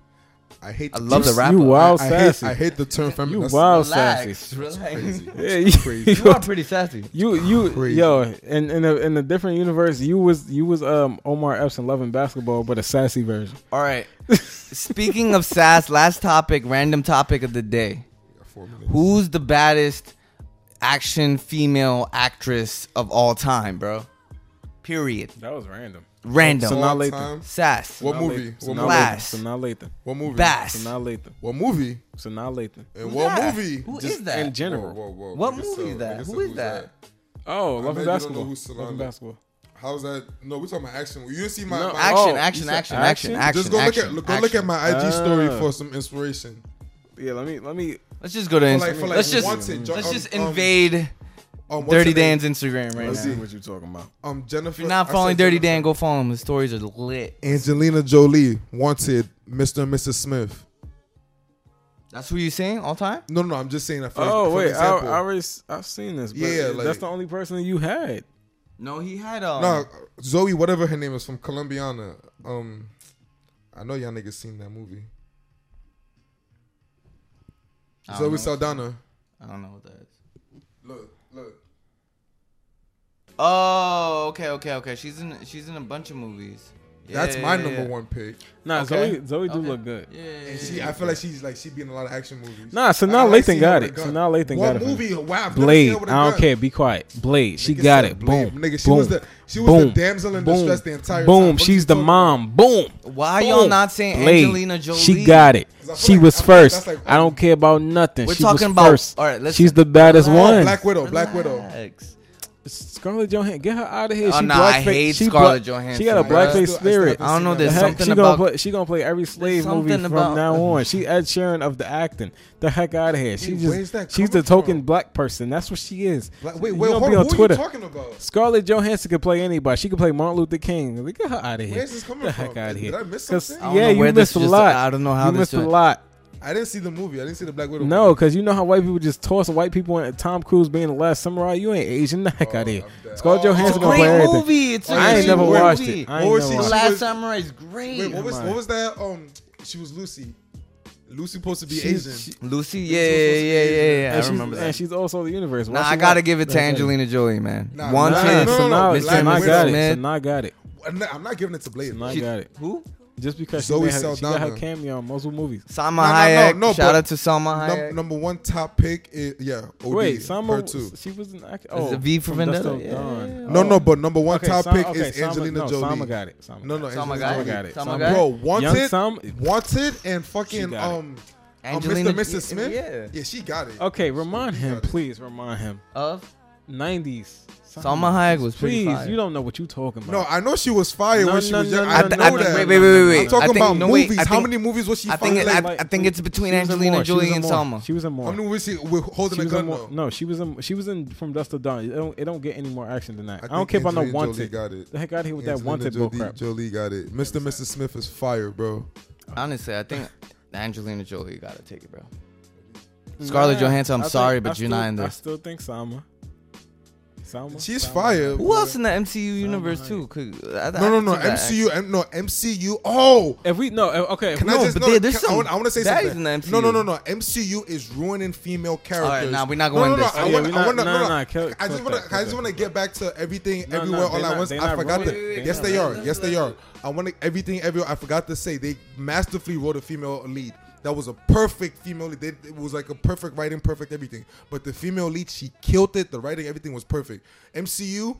Speaker 2: I hate.
Speaker 3: I love the
Speaker 2: term-
Speaker 3: rap.
Speaker 5: You wild
Speaker 2: I hate,
Speaker 5: sassy.
Speaker 2: I hate the term feminine.
Speaker 5: You
Speaker 2: That's-
Speaker 5: wild
Speaker 3: Relax,
Speaker 5: sassy.
Speaker 3: relax.
Speaker 2: Crazy.
Speaker 5: Yeah, you,
Speaker 2: Crazy.
Speaker 3: You are pretty sassy.
Speaker 5: You you
Speaker 2: Crazy.
Speaker 5: yo in in a in a different universe you was you was um Omar Epps and loving basketball but a sassy version.
Speaker 3: All right. Speaking of sass, last topic, random topic of the day.
Speaker 2: Four minutes.
Speaker 3: Who's the baddest action female actress of all time, bro? Period.
Speaker 5: That was random.
Speaker 3: Random.
Speaker 2: Sanaa
Speaker 5: Sanaa Lathan.
Speaker 2: Lathan.
Speaker 3: sass.
Speaker 2: What movie? What
Speaker 5: Sanaa
Speaker 2: movie?
Speaker 3: Black.
Speaker 5: Lathan.
Speaker 3: Blast.
Speaker 5: Sanaa Lathan.
Speaker 2: What movie?
Speaker 3: Bass.
Speaker 5: Sanaa Lathan.
Speaker 2: What movie?
Speaker 5: Sanaa Lathan.
Speaker 2: And
Speaker 3: Who's
Speaker 2: what
Speaker 3: that?
Speaker 2: movie?
Speaker 3: Who
Speaker 5: Just
Speaker 3: is that?
Speaker 5: in general.
Speaker 2: Whoa, whoa, whoa.
Speaker 3: What
Speaker 2: Nigga
Speaker 3: movie
Speaker 2: said-
Speaker 3: is that?
Speaker 2: nigga
Speaker 3: Who
Speaker 2: said
Speaker 3: is
Speaker 2: who's
Speaker 3: that?
Speaker 5: Oh, loving
Speaker 2: bet you don't
Speaker 5: basketball.
Speaker 2: know who Sanaa
Speaker 5: loving
Speaker 2: is.
Speaker 5: basketball.
Speaker 2: How's that? No, we're talking about action. You didn't see my,
Speaker 5: No,
Speaker 2: my
Speaker 5: act-
Speaker 3: Action,
Speaker 5: Oh,
Speaker 3: action,
Speaker 5: you said
Speaker 3: action, action, action,
Speaker 5: action?
Speaker 3: action.
Speaker 2: Just go look at look, go look at
Speaker 3: action.
Speaker 2: my IG story
Speaker 5: Ah.
Speaker 2: for some inspiration.
Speaker 5: Yeah, let me let me.
Speaker 3: Let's just go to Instagram.
Speaker 2: like- for like
Speaker 3: let's just
Speaker 2: wanted, jo-
Speaker 3: let's
Speaker 2: um,
Speaker 3: just
Speaker 2: um,
Speaker 3: invade
Speaker 2: Um, what's
Speaker 3: Dirty
Speaker 2: her name?
Speaker 3: Dan's Instagram right
Speaker 5: Let's
Speaker 3: now.
Speaker 5: see
Speaker 3: If
Speaker 5: what you're talking about.
Speaker 2: Um, Jennifer.
Speaker 3: you're
Speaker 2: I
Speaker 3: not
Speaker 2: said
Speaker 3: following Dirty Dan,
Speaker 2: Jennifer.
Speaker 3: go follow him. His stories are lit.
Speaker 2: Angelina Jolie wanted Mr. and Mrs. Smith.
Speaker 3: That's who you saying all time?
Speaker 2: No, no, no, I'm just saying that for,
Speaker 5: Oh
Speaker 2: for
Speaker 5: wait, I,
Speaker 2: example.
Speaker 5: I already s- I've seen this. But
Speaker 2: Yeah,
Speaker 5: yeah,
Speaker 2: like-
Speaker 5: that's the only person you had.
Speaker 3: No, he had um.
Speaker 2: no, Zoe, whatever her name is from Colombiana. Um, I know y'all niggas seen that movie.
Speaker 3: I don't
Speaker 2: Zoe
Speaker 3: know.
Speaker 2: Saldana.
Speaker 3: I don't know what that is.
Speaker 2: Look, look.
Speaker 3: Oh, okay, okay, okay. She's in she's in a bunch of movies. Yeah,
Speaker 2: That's my
Speaker 3: yeah,
Speaker 2: number
Speaker 3: yeah.
Speaker 2: one pick.
Speaker 5: Nah,
Speaker 3: Okay.
Speaker 5: Zoe Zoe do
Speaker 3: Okay.
Speaker 5: look good.
Speaker 3: Yeah, yeah,
Speaker 2: And
Speaker 3: yeah,
Speaker 2: she,
Speaker 3: yeah.
Speaker 2: I feel like she's like she be in a lot of action movies.
Speaker 5: Nah,
Speaker 2: I
Speaker 5: Sanaa
Speaker 2: like
Speaker 5: Lathan
Speaker 2: seeing
Speaker 5: got
Speaker 2: her
Speaker 5: it.
Speaker 2: with a gun.
Speaker 5: Sanaa Lathan
Speaker 2: what
Speaker 5: got it. for me.
Speaker 2: movie? Wow, I've never seen
Speaker 5: Blade.
Speaker 2: her with a
Speaker 5: I don't
Speaker 2: gun.
Speaker 5: care. Be quiet. Blade. She
Speaker 2: Nigga
Speaker 5: got
Speaker 2: said
Speaker 5: it.
Speaker 2: Blade.
Speaker 5: Boom.
Speaker 2: Nigga, she
Speaker 5: boom.
Speaker 2: was the- she was the damsel in
Speaker 5: boom,
Speaker 2: distress the entire time.
Speaker 5: Boom.
Speaker 2: What you
Speaker 5: She's the
Speaker 2: talking
Speaker 5: mom. Boom.
Speaker 3: Why
Speaker 5: Boom.
Speaker 3: y'all not saying
Speaker 5: Blade.
Speaker 3: Angelina Jolie?
Speaker 5: She got it.
Speaker 2: 'Cause I feel
Speaker 5: She
Speaker 2: like- I
Speaker 5: was
Speaker 2: feel like
Speaker 5: first.
Speaker 2: that's like-
Speaker 5: I don't care about nothing.
Speaker 3: We're
Speaker 5: she
Speaker 3: talking
Speaker 5: was
Speaker 3: about-
Speaker 5: first.
Speaker 3: all right, listen.
Speaker 5: She's the baddest
Speaker 3: Relax.
Speaker 5: one.
Speaker 2: Black Widow. Black Widow.
Speaker 3: Relax.
Speaker 5: Scarlett Johansson, get her out of here.
Speaker 3: Oh,
Speaker 5: she
Speaker 3: nah,
Speaker 5: blackface.
Speaker 3: I hate
Speaker 5: she
Speaker 3: Scarlett Johansson,
Speaker 5: She got a
Speaker 3: bro.
Speaker 5: blackface
Speaker 2: I still- I still
Speaker 5: spirit.
Speaker 2: haven't
Speaker 3: I don't know
Speaker 2: seen
Speaker 3: this-
Speaker 5: The
Speaker 2: that.
Speaker 5: heck,
Speaker 3: something
Speaker 5: she
Speaker 3: about-
Speaker 5: gonna play, she gonna play every slave movie
Speaker 3: something
Speaker 5: from
Speaker 3: about-
Speaker 5: now on. She Ed Sheeran of the acting. The heck out of here. She
Speaker 2: Dude, where's
Speaker 5: just
Speaker 2: that
Speaker 5: she's the
Speaker 2: coming from?
Speaker 5: token black person. That's what she is.
Speaker 2: Black- Wait,
Speaker 5: You
Speaker 2: wait,
Speaker 5: don't
Speaker 2: hold
Speaker 5: be
Speaker 2: on.
Speaker 5: on
Speaker 2: Who
Speaker 5: Twitter.
Speaker 2: are you talking about?
Speaker 5: Scarlett Johansson could play anybody. She could play Martin Luther King. Like, Get her out of here.
Speaker 2: Where's this coming
Speaker 5: the
Speaker 2: from?
Speaker 5: heck out of
Speaker 2: Did
Speaker 5: here.
Speaker 2: I miss
Speaker 5: 'Cause,
Speaker 2: something?
Speaker 3: I don't
Speaker 5: Yeah,
Speaker 3: know
Speaker 5: you
Speaker 3: where this
Speaker 5: missed a
Speaker 3: just-
Speaker 5: lot.
Speaker 3: I don't know how
Speaker 5: you
Speaker 3: this
Speaker 5: missed a
Speaker 3: went.
Speaker 5: lot.
Speaker 2: I didn't see the movie. I didn't see the Black Widow.
Speaker 5: No,
Speaker 2: movie.
Speaker 5: because you know how white people just toss white people and Tom Cruise being the last samurai. You ain't Asian. The heck
Speaker 2: Oh,
Speaker 5: out of here.
Speaker 2: I'm dead.
Speaker 5: Scarlett
Speaker 2: Oh,
Speaker 5: Johansson
Speaker 3: It's a
Speaker 5: gonna play
Speaker 3: great
Speaker 5: everything.
Speaker 3: movie. It's a
Speaker 5: I ain't
Speaker 3: great
Speaker 5: never
Speaker 3: movie.
Speaker 5: watched it. I ain't
Speaker 2: What was
Speaker 5: never
Speaker 2: she-
Speaker 3: The
Speaker 5: watched
Speaker 2: she
Speaker 5: it.
Speaker 3: Last
Speaker 2: was-
Speaker 3: Samurai is great.
Speaker 2: Wait, what was
Speaker 5: Never
Speaker 2: what
Speaker 5: mind.
Speaker 2: was that? Um, she was Lucy. Lucy supposed to be
Speaker 5: She's-
Speaker 2: Asian.
Speaker 5: she-
Speaker 3: Lucy,
Speaker 2: was supposed
Speaker 3: yeah, yeah,
Speaker 2: to be
Speaker 3: yeah, yeah,
Speaker 2: Asian.
Speaker 3: yeah.
Speaker 5: and
Speaker 3: I
Speaker 5: she's-
Speaker 3: remember
Speaker 5: And
Speaker 3: that.
Speaker 5: she's also the universe.
Speaker 3: Nah,
Speaker 5: Why
Speaker 3: I
Speaker 5: she
Speaker 3: gotta
Speaker 5: not-
Speaker 3: give it to
Speaker 5: Nah,
Speaker 3: Angelina Jolie, man.
Speaker 2: Nah,
Speaker 3: One
Speaker 5: Nah,
Speaker 3: chance.
Speaker 2: no,
Speaker 5: so
Speaker 2: no, no,
Speaker 5: now,
Speaker 2: Black
Speaker 5: so now I
Speaker 2: Widow.
Speaker 5: got it.
Speaker 3: Smith.
Speaker 5: So now I got it.
Speaker 2: I'm not- I'm not giving it to Blade.
Speaker 5: So now I
Speaker 3: She-
Speaker 5: got it.
Speaker 3: Who?
Speaker 5: Just because she,
Speaker 2: Zoe
Speaker 5: made her, she got her
Speaker 2: Saldana.
Speaker 5: cameo in multiple movies.
Speaker 3: Salma
Speaker 2: no, no,
Speaker 3: Hayek.
Speaker 2: no, uh,
Speaker 3: Shout
Speaker 2: but-
Speaker 3: out to Salma
Speaker 2: Num-
Speaker 3: Hayek.
Speaker 2: number one top pick is yeah. OD,
Speaker 5: Wait,
Speaker 2: her
Speaker 5: Sama,
Speaker 2: too.
Speaker 5: she was an act-
Speaker 3: Is
Speaker 5: oh,
Speaker 3: it V for
Speaker 5: from Dust
Speaker 3: Vendetta?
Speaker 5: Till
Speaker 3: Yeah,
Speaker 5: Dawn.
Speaker 3: yeah, yeah.
Speaker 2: No,
Speaker 5: Oh.
Speaker 2: no, but number one
Speaker 5: Okay,
Speaker 2: top
Speaker 5: Sam-
Speaker 2: pick
Speaker 5: okay,
Speaker 2: is
Speaker 5: Sama-
Speaker 2: Angelina
Speaker 5: no,
Speaker 2: Jolie.
Speaker 5: Sama got it. Sama
Speaker 2: No,
Speaker 5: got
Speaker 2: no,
Speaker 5: it.
Speaker 3: Sama
Speaker 2: Angelina
Speaker 3: got
Speaker 5: Sama
Speaker 3: it.
Speaker 5: got it.
Speaker 3: Sama
Speaker 5: Sama
Speaker 3: got it.
Speaker 2: Bro,
Speaker 5: Young
Speaker 2: wanted,
Speaker 5: Sam-
Speaker 2: wanted, and fucking
Speaker 5: got it.
Speaker 2: um, um, Mr. and Mrs. Smith.
Speaker 3: Yeah.
Speaker 2: she got it.
Speaker 5: Okay, remind
Speaker 2: She
Speaker 5: him,
Speaker 2: got it.
Speaker 5: please. Remind him.
Speaker 3: Of
Speaker 5: 90s.
Speaker 3: Salma Hayek was pretty
Speaker 5: Please,
Speaker 3: fire.
Speaker 5: you don't know what you talking about.
Speaker 2: No, I know she was fired
Speaker 5: No,
Speaker 2: when she
Speaker 5: no,
Speaker 2: was
Speaker 5: no,
Speaker 2: young.
Speaker 5: no,
Speaker 2: I
Speaker 5: no,
Speaker 2: know
Speaker 5: no, no,
Speaker 2: that.
Speaker 5: no,
Speaker 3: Wait, wait, wait, wait.
Speaker 2: I'm talking
Speaker 3: I think-
Speaker 2: about
Speaker 3: no, wait,
Speaker 2: movies.
Speaker 3: I
Speaker 2: How
Speaker 3: think-
Speaker 2: many movies was she
Speaker 3: I think
Speaker 2: fired?
Speaker 3: it-
Speaker 2: Like,
Speaker 3: I think it's between
Speaker 5: She was in
Speaker 3: Angelina
Speaker 5: more. She was
Speaker 3: Jolie
Speaker 5: in
Speaker 3: and
Speaker 5: more.
Speaker 3: Salma.
Speaker 5: She was in more.
Speaker 2: how many was she with holding
Speaker 5: She
Speaker 2: a
Speaker 5: was in
Speaker 2: gun?
Speaker 5: more.
Speaker 2: though?
Speaker 5: No, she was in. She was in from Dust to Dawn. It don't, it don't get any more action than that. I, don't
Speaker 2: think
Speaker 5: care about no
Speaker 2: Angelina Jolie
Speaker 5: wanted.
Speaker 2: Got it.
Speaker 5: The heck out of here with
Speaker 2: Angelina
Speaker 5: that wanted
Speaker 2: Jolie,
Speaker 5: bullcrap.
Speaker 2: Jolie got it. Mr. and Mrs. Smith is fired, bro.
Speaker 3: honestly, I think Angelina Jolie gotta take it, bro. Scarlett Johansson, I'm
Speaker 5: I think-
Speaker 3: sorry,
Speaker 5: I
Speaker 3: but you're
Speaker 5: still-
Speaker 3: not in
Speaker 5: I
Speaker 3: this.
Speaker 5: still think Salma. Salma.
Speaker 2: She's
Speaker 5: Salma.
Speaker 2: fired.
Speaker 3: Who
Speaker 2: bro.
Speaker 3: else in the MCU universe
Speaker 5: Hayek.
Speaker 3: too? Could, I,
Speaker 2: No, no, no. MCU. M- no, MCU. Oh,
Speaker 5: If we no, if- okay. If
Speaker 2: Can
Speaker 5: we,
Speaker 2: I
Speaker 3: No,
Speaker 2: just?
Speaker 3: but
Speaker 2: No,
Speaker 3: there- there's
Speaker 2: can- I
Speaker 3: some
Speaker 2: want, I want to say
Speaker 3: baddies
Speaker 2: something.
Speaker 3: in the
Speaker 2: No, no, no,
Speaker 3: MCU.
Speaker 2: no. MCU is ruining female characters.
Speaker 3: Alright, nah, we're not
Speaker 2: No,
Speaker 3: going
Speaker 2: no, no,
Speaker 3: this.
Speaker 2: I
Speaker 5: Yeah,
Speaker 2: want.
Speaker 5: we're
Speaker 2: I
Speaker 5: not-
Speaker 2: want to.
Speaker 5: no,
Speaker 2: No,
Speaker 5: no,
Speaker 2: no.
Speaker 5: no, kill-
Speaker 2: I just
Speaker 5: cut
Speaker 2: want
Speaker 5: that,
Speaker 2: to. I
Speaker 5: cut
Speaker 2: just
Speaker 5: that.
Speaker 2: want to get back to everything,
Speaker 5: No, no,
Speaker 2: everywhere, all
Speaker 5: they
Speaker 2: at
Speaker 5: not-
Speaker 2: once.
Speaker 5: they
Speaker 2: I
Speaker 5: not
Speaker 2: forgot
Speaker 5: ruining
Speaker 2: that.
Speaker 5: it. They
Speaker 2: Yes,
Speaker 5: not
Speaker 2: they are.
Speaker 5: ruining
Speaker 2: Yes, they are. I want to- everything, everywhere. I forgot to say they masterfully wrote a female lead. That was a perfect female lead. They, it was like a perfect writing, perfect everything. But the female lead, she killed it. The writing, everything was perfect. MCU,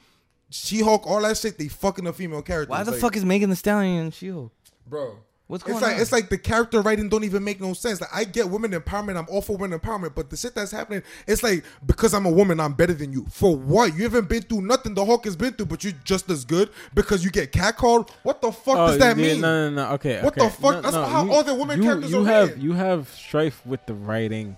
Speaker 2: She Hulk, all that shit. They fucking a female character.
Speaker 3: Why the fuck is Megan the Stallion in She-Hulk?
Speaker 2: bro?
Speaker 3: What's
Speaker 2: it's
Speaker 3: going
Speaker 2: like
Speaker 3: on?
Speaker 2: it's like the character writing don't even make no sense. Like I get women empowerment, I'm all for women empowerment, but the shit that's happening, it's like because I'm a woman, I'm better than you. For what? You haven't been through nothing the Hulk has been through, but you're just as good because you get catcalled. What the fuck
Speaker 5: Oh,
Speaker 2: does that
Speaker 5: yeah,
Speaker 2: mean?
Speaker 5: No, no, no. Okay.
Speaker 2: What
Speaker 5: okay.
Speaker 2: the fuck?
Speaker 5: No,
Speaker 2: That's
Speaker 5: no,
Speaker 2: how
Speaker 5: you-
Speaker 2: all the women
Speaker 5: you,
Speaker 2: characters
Speaker 5: you
Speaker 2: are
Speaker 5: have,
Speaker 2: written.
Speaker 5: You have strife with the writing.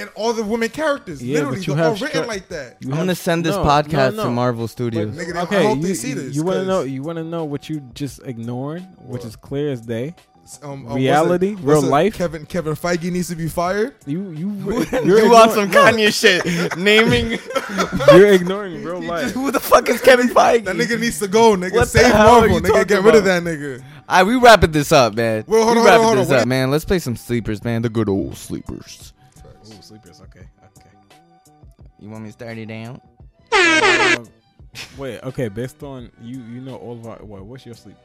Speaker 2: And all the women characters,
Speaker 5: Yeah,
Speaker 2: literally,
Speaker 5: but you
Speaker 2: they're all
Speaker 5: have
Speaker 2: written
Speaker 5: stri-
Speaker 2: like that.
Speaker 5: You
Speaker 3: I'm
Speaker 5: have-
Speaker 3: gonna send this
Speaker 5: no,
Speaker 3: podcast
Speaker 5: no,
Speaker 3: to
Speaker 5: no.
Speaker 3: Marvel Studios.
Speaker 2: Nigga, they- I
Speaker 5: okay,
Speaker 2: hope
Speaker 5: you,
Speaker 2: they see this,
Speaker 5: You want to
Speaker 2: 'cause-
Speaker 5: know? You want to know what you just ignoring, which
Speaker 2: What?
Speaker 5: is clear as day.
Speaker 2: um, um, what's it-
Speaker 5: Reality?
Speaker 2: what's
Speaker 5: Real
Speaker 2: it?
Speaker 5: life?
Speaker 2: Kevin Kevin Feige needs to be fired.
Speaker 5: You you
Speaker 3: You
Speaker 5: you're,
Speaker 3: want some
Speaker 5: ignoring-
Speaker 3: Kanye shit? Naming
Speaker 5: you're ignoring real life.
Speaker 3: who the fuck is Kevin Feige?
Speaker 2: That nigga needs to go, nigga.
Speaker 3: What the
Speaker 2: Save
Speaker 3: hell are
Speaker 2: Marvel,
Speaker 3: you
Speaker 2: nigga. Get
Speaker 3: talking
Speaker 2: rid of that
Speaker 3: about?
Speaker 2: nigga.
Speaker 3: All right, we wrapping this up, man.
Speaker 2: Wait, hold
Speaker 3: we
Speaker 2: on, hold on,
Speaker 3: wrapping
Speaker 2: hold on.
Speaker 3: this
Speaker 2: What
Speaker 3: up,
Speaker 2: is-
Speaker 3: man. Let's play some sleepers, man. The good old sleepers.
Speaker 5: Oh, sleepers. Okay. Okay.
Speaker 3: You want me to start it down?
Speaker 5: Um, wait. Okay. Based on you, you know all of our. What, what's your sleeper?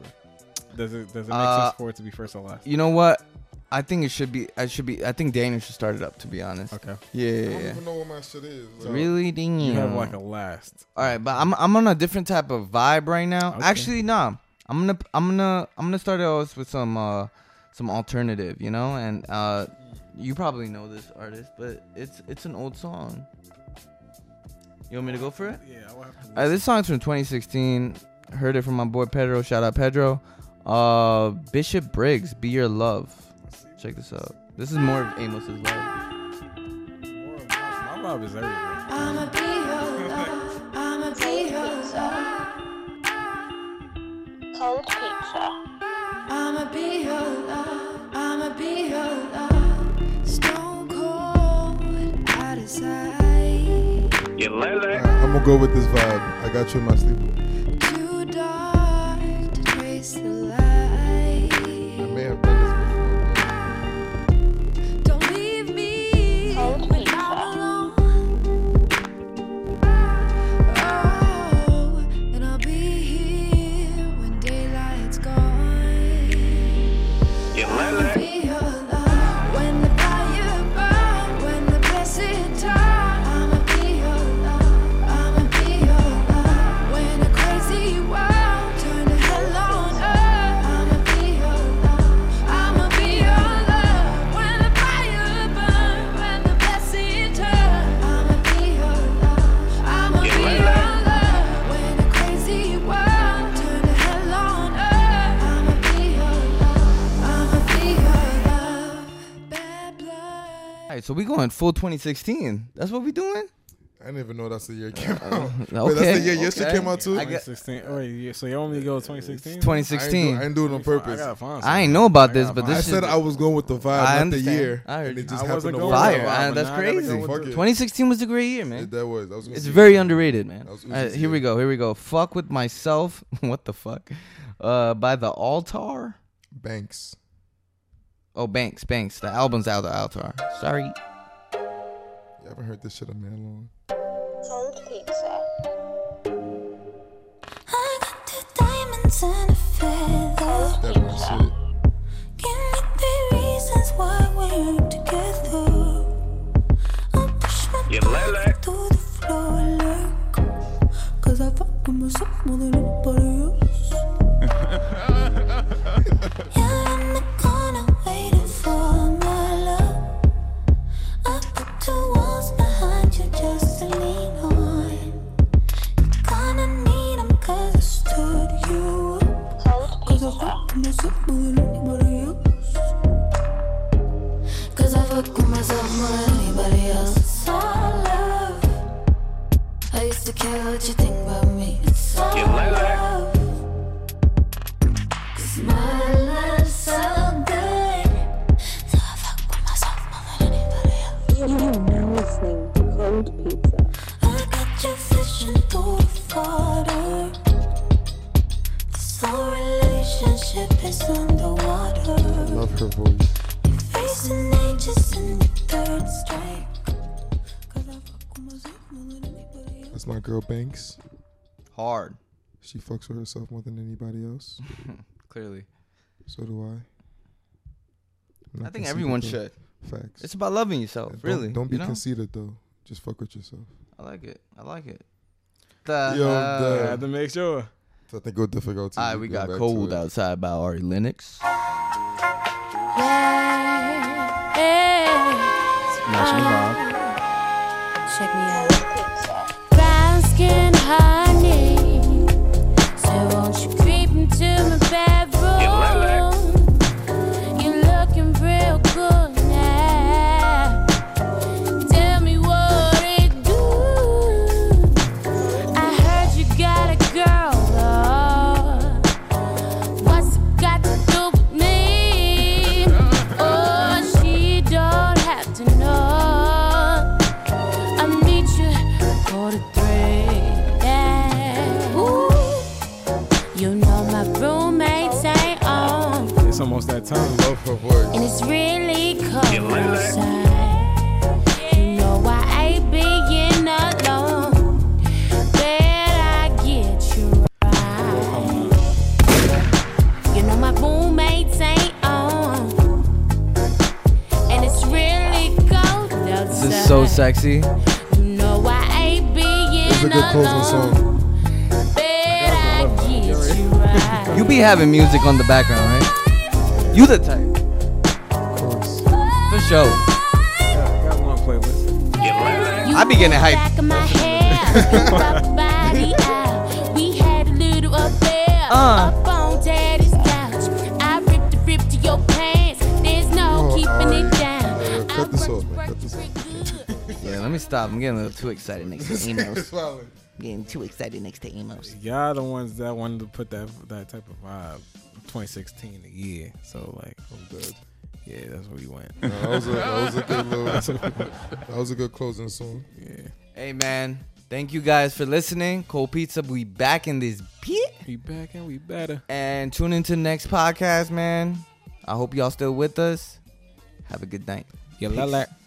Speaker 5: Does it does it make
Speaker 3: Uh,
Speaker 5: sense for it to be first or last?
Speaker 3: You know what? I think it should be. I should be. I think Daniel should start it up. To be honest.
Speaker 5: Okay.
Speaker 3: Yeah. yeah, yeah.
Speaker 2: know what my shit is.
Speaker 3: Really, Daniel?
Speaker 5: You have
Speaker 3: hmm.
Speaker 5: like a last.
Speaker 3: All right, but I'm I'm on a different type of vibe right now.
Speaker 5: Okay.
Speaker 3: Actually, nah. I'm gonna I'm gonna I'm gonna start us with some uh some alternative, you know, and uh you probably know this artist, but it's it's an old song. You want me to go for it?
Speaker 5: Yeah.
Speaker 3: All right, this song's from 2016. Heard it from my boy Pedro. Shout out Pedro. Uh, Bishop Briggs, "Be Your Love." Check this out. This is more of Amos's love.
Speaker 5: My vibe is everything.
Speaker 8: I'ma be your love. I'ma be your love.
Speaker 9: Cold pizza.
Speaker 8: I'ma be your love. I'ma be your love. Stone cold out of sight.
Speaker 2: I'm gonna go with this vibe. I got you in my sleeper.
Speaker 8: Too dark to trace the light.
Speaker 2: I may have done this. Before.
Speaker 8: Don't leave me
Speaker 9: Cold
Speaker 8: when
Speaker 9: pizza.
Speaker 8: I'm alone. Oh, and I'll be here when daylight's gone. I'll be your love when the fire burns, when the blessed time. I'ma be your love, I'ma be your love when a crazy world turn to hell on earth. I'ma be your love, I'ma be your love when the fire burns, when the blessed time. I'ma be your love, I'ma be your love when a crazy world turn to hell on earth. I'ma be your love. I'ma be your love, bad blood.
Speaker 3: All right, so we going full 2016. That's what we doing.
Speaker 2: I didn't even know that's the year it came out.
Speaker 3: Okay.
Speaker 2: Wait, that's the year your shit
Speaker 3: okay.
Speaker 2: came out too.
Speaker 3: I got-
Speaker 5: 2016. Oh, wait, yeah, so you want me to go 2016?
Speaker 3: 2016.
Speaker 2: I ain't do it on purpose.
Speaker 5: I,
Speaker 2: I,
Speaker 3: I ain't know about this, but
Speaker 2: I
Speaker 3: this
Speaker 2: said
Speaker 3: shit-
Speaker 2: I was going with the vibe,
Speaker 3: I
Speaker 2: not the
Speaker 3: understand.
Speaker 2: year.
Speaker 3: I heard
Speaker 2: and
Speaker 3: you.
Speaker 2: it just
Speaker 5: I
Speaker 2: happened
Speaker 5: wasn't
Speaker 2: to
Speaker 5: going
Speaker 2: work
Speaker 5: with
Speaker 2: out.
Speaker 3: fire.
Speaker 5: it.
Speaker 3: I- that's
Speaker 5: But now I gotta
Speaker 3: crazy.
Speaker 5: go
Speaker 2: with it.
Speaker 3: 2016 was a great year,
Speaker 2: It-
Speaker 3: man.
Speaker 2: That was. I was gonna
Speaker 3: It's
Speaker 2: say-
Speaker 3: very underrated, man.
Speaker 2: That was
Speaker 3: All right,
Speaker 2: Uzi's
Speaker 3: here we
Speaker 2: year.
Speaker 3: go. Here we go. Fuck with myself. what the fuck? Uh, by the altar.
Speaker 2: Banks.
Speaker 3: Oh, Banks, Banks. The album's out. The altar. Sorry.
Speaker 2: You haven't heard this shit in man long.
Speaker 9: Cold pizza.
Speaker 8: I got two diamonds and a feather.
Speaker 2: That my shit.
Speaker 8: Give me three reasons why we're together. I'll push my body to the floor like, cause I fuck with myself more than anybody else. You're in the corner waiting for my love. I put two walls behind you just to lean on. Kinda need 'em 'cause I stood you
Speaker 9: Cold
Speaker 8: up. Cause I
Speaker 9: pizza.
Speaker 8: fuck with myself more than anybody else. Cause I fuck with myself more than anybody else. It's all love. I used to care what you think about me. It's all love. Cause my love's so good. So I fuck with myself more than anybody else.
Speaker 9: You are now listening to Cold Pizza.
Speaker 8: I got you fishing through the water. This whole relationship is underwater.
Speaker 2: Love her voice.
Speaker 8: Facing ages in the third strike. Cause I fuck with myself more than anybody else.
Speaker 2: That's my girl Banks.
Speaker 3: Hard.
Speaker 2: She fucks with herself more than anybody else.
Speaker 3: Clearly.
Speaker 2: So do I. I'm not
Speaker 3: I think
Speaker 2: conceited,
Speaker 3: everyone
Speaker 2: though.
Speaker 3: should.
Speaker 2: Facts.
Speaker 3: It's about loving yourself,
Speaker 2: Don't-
Speaker 3: really.
Speaker 2: Don't be
Speaker 3: you know?
Speaker 2: conceited though. Just fuck with yourself.
Speaker 3: I like it. I like it. uh,
Speaker 2: Yo,
Speaker 5: I
Speaker 2: the-
Speaker 5: had to make sure.
Speaker 2: So I think it'll difficult. to
Speaker 3: all right, we
Speaker 2: go
Speaker 3: got
Speaker 2: back to
Speaker 3: cold
Speaker 2: it.
Speaker 3: outside by Ari Lennox.
Speaker 8: Check me out.
Speaker 9: Pizza.
Speaker 8: brown skin honey. So won't you creep into my bedroom? You're looking real good now. Tell me what it do. I heard you got a girl. Oh, what's it got to do with me? Oh, um,
Speaker 5: It's almost that time.
Speaker 2: Love her voice.
Speaker 8: and it's really cold outside. You know I ain't being alone, but I get you right. You know my roommates ain't on, and it's really cold outside.
Speaker 3: This is so sexy.
Speaker 8: You know I ain't being
Speaker 2: It's a good closing song.
Speaker 8: but I get you right.
Speaker 3: You be having music on the background, right? You the type.
Speaker 5: Of course.
Speaker 3: For sure.
Speaker 5: Yeah, I got one playlist.
Speaker 3: I be getting hyped.
Speaker 8: Back of my hair, my body out. We had a little affair
Speaker 3: Uh.
Speaker 8: up on daddy's couch. I ripped the rip to your pants. There's no
Speaker 2: Oh,
Speaker 8: keeping
Speaker 2: alright.
Speaker 8: it down.
Speaker 2: Uh, cut
Speaker 8: I
Speaker 2: this off,
Speaker 8: worked,
Speaker 2: man.
Speaker 8: worked,
Speaker 2: Cut this
Speaker 8: worked good.
Speaker 3: Yeah, let me stop. I'm getting a little too excited next to Amos.
Speaker 2: Solid.
Speaker 3: getting too excited next to Amos.
Speaker 5: Y'all the ones that wanted to put that that type of vibe. 2016 a year. So like,
Speaker 2: I'm dead.
Speaker 5: yeah, that's where you went.
Speaker 2: Nah, that, was a, that was a good little. That was a good closing song.
Speaker 3: Hey man, thank you guys for listening. Cold Pizza, we back in this pit.
Speaker 5: We back and we better.
Speaker 3: And tune into the next podcast, man. I hope y'all still with us. Have a good night.
Speaker 5: Yeah,
Speaker 3: Peace.
Speaker 5: la la.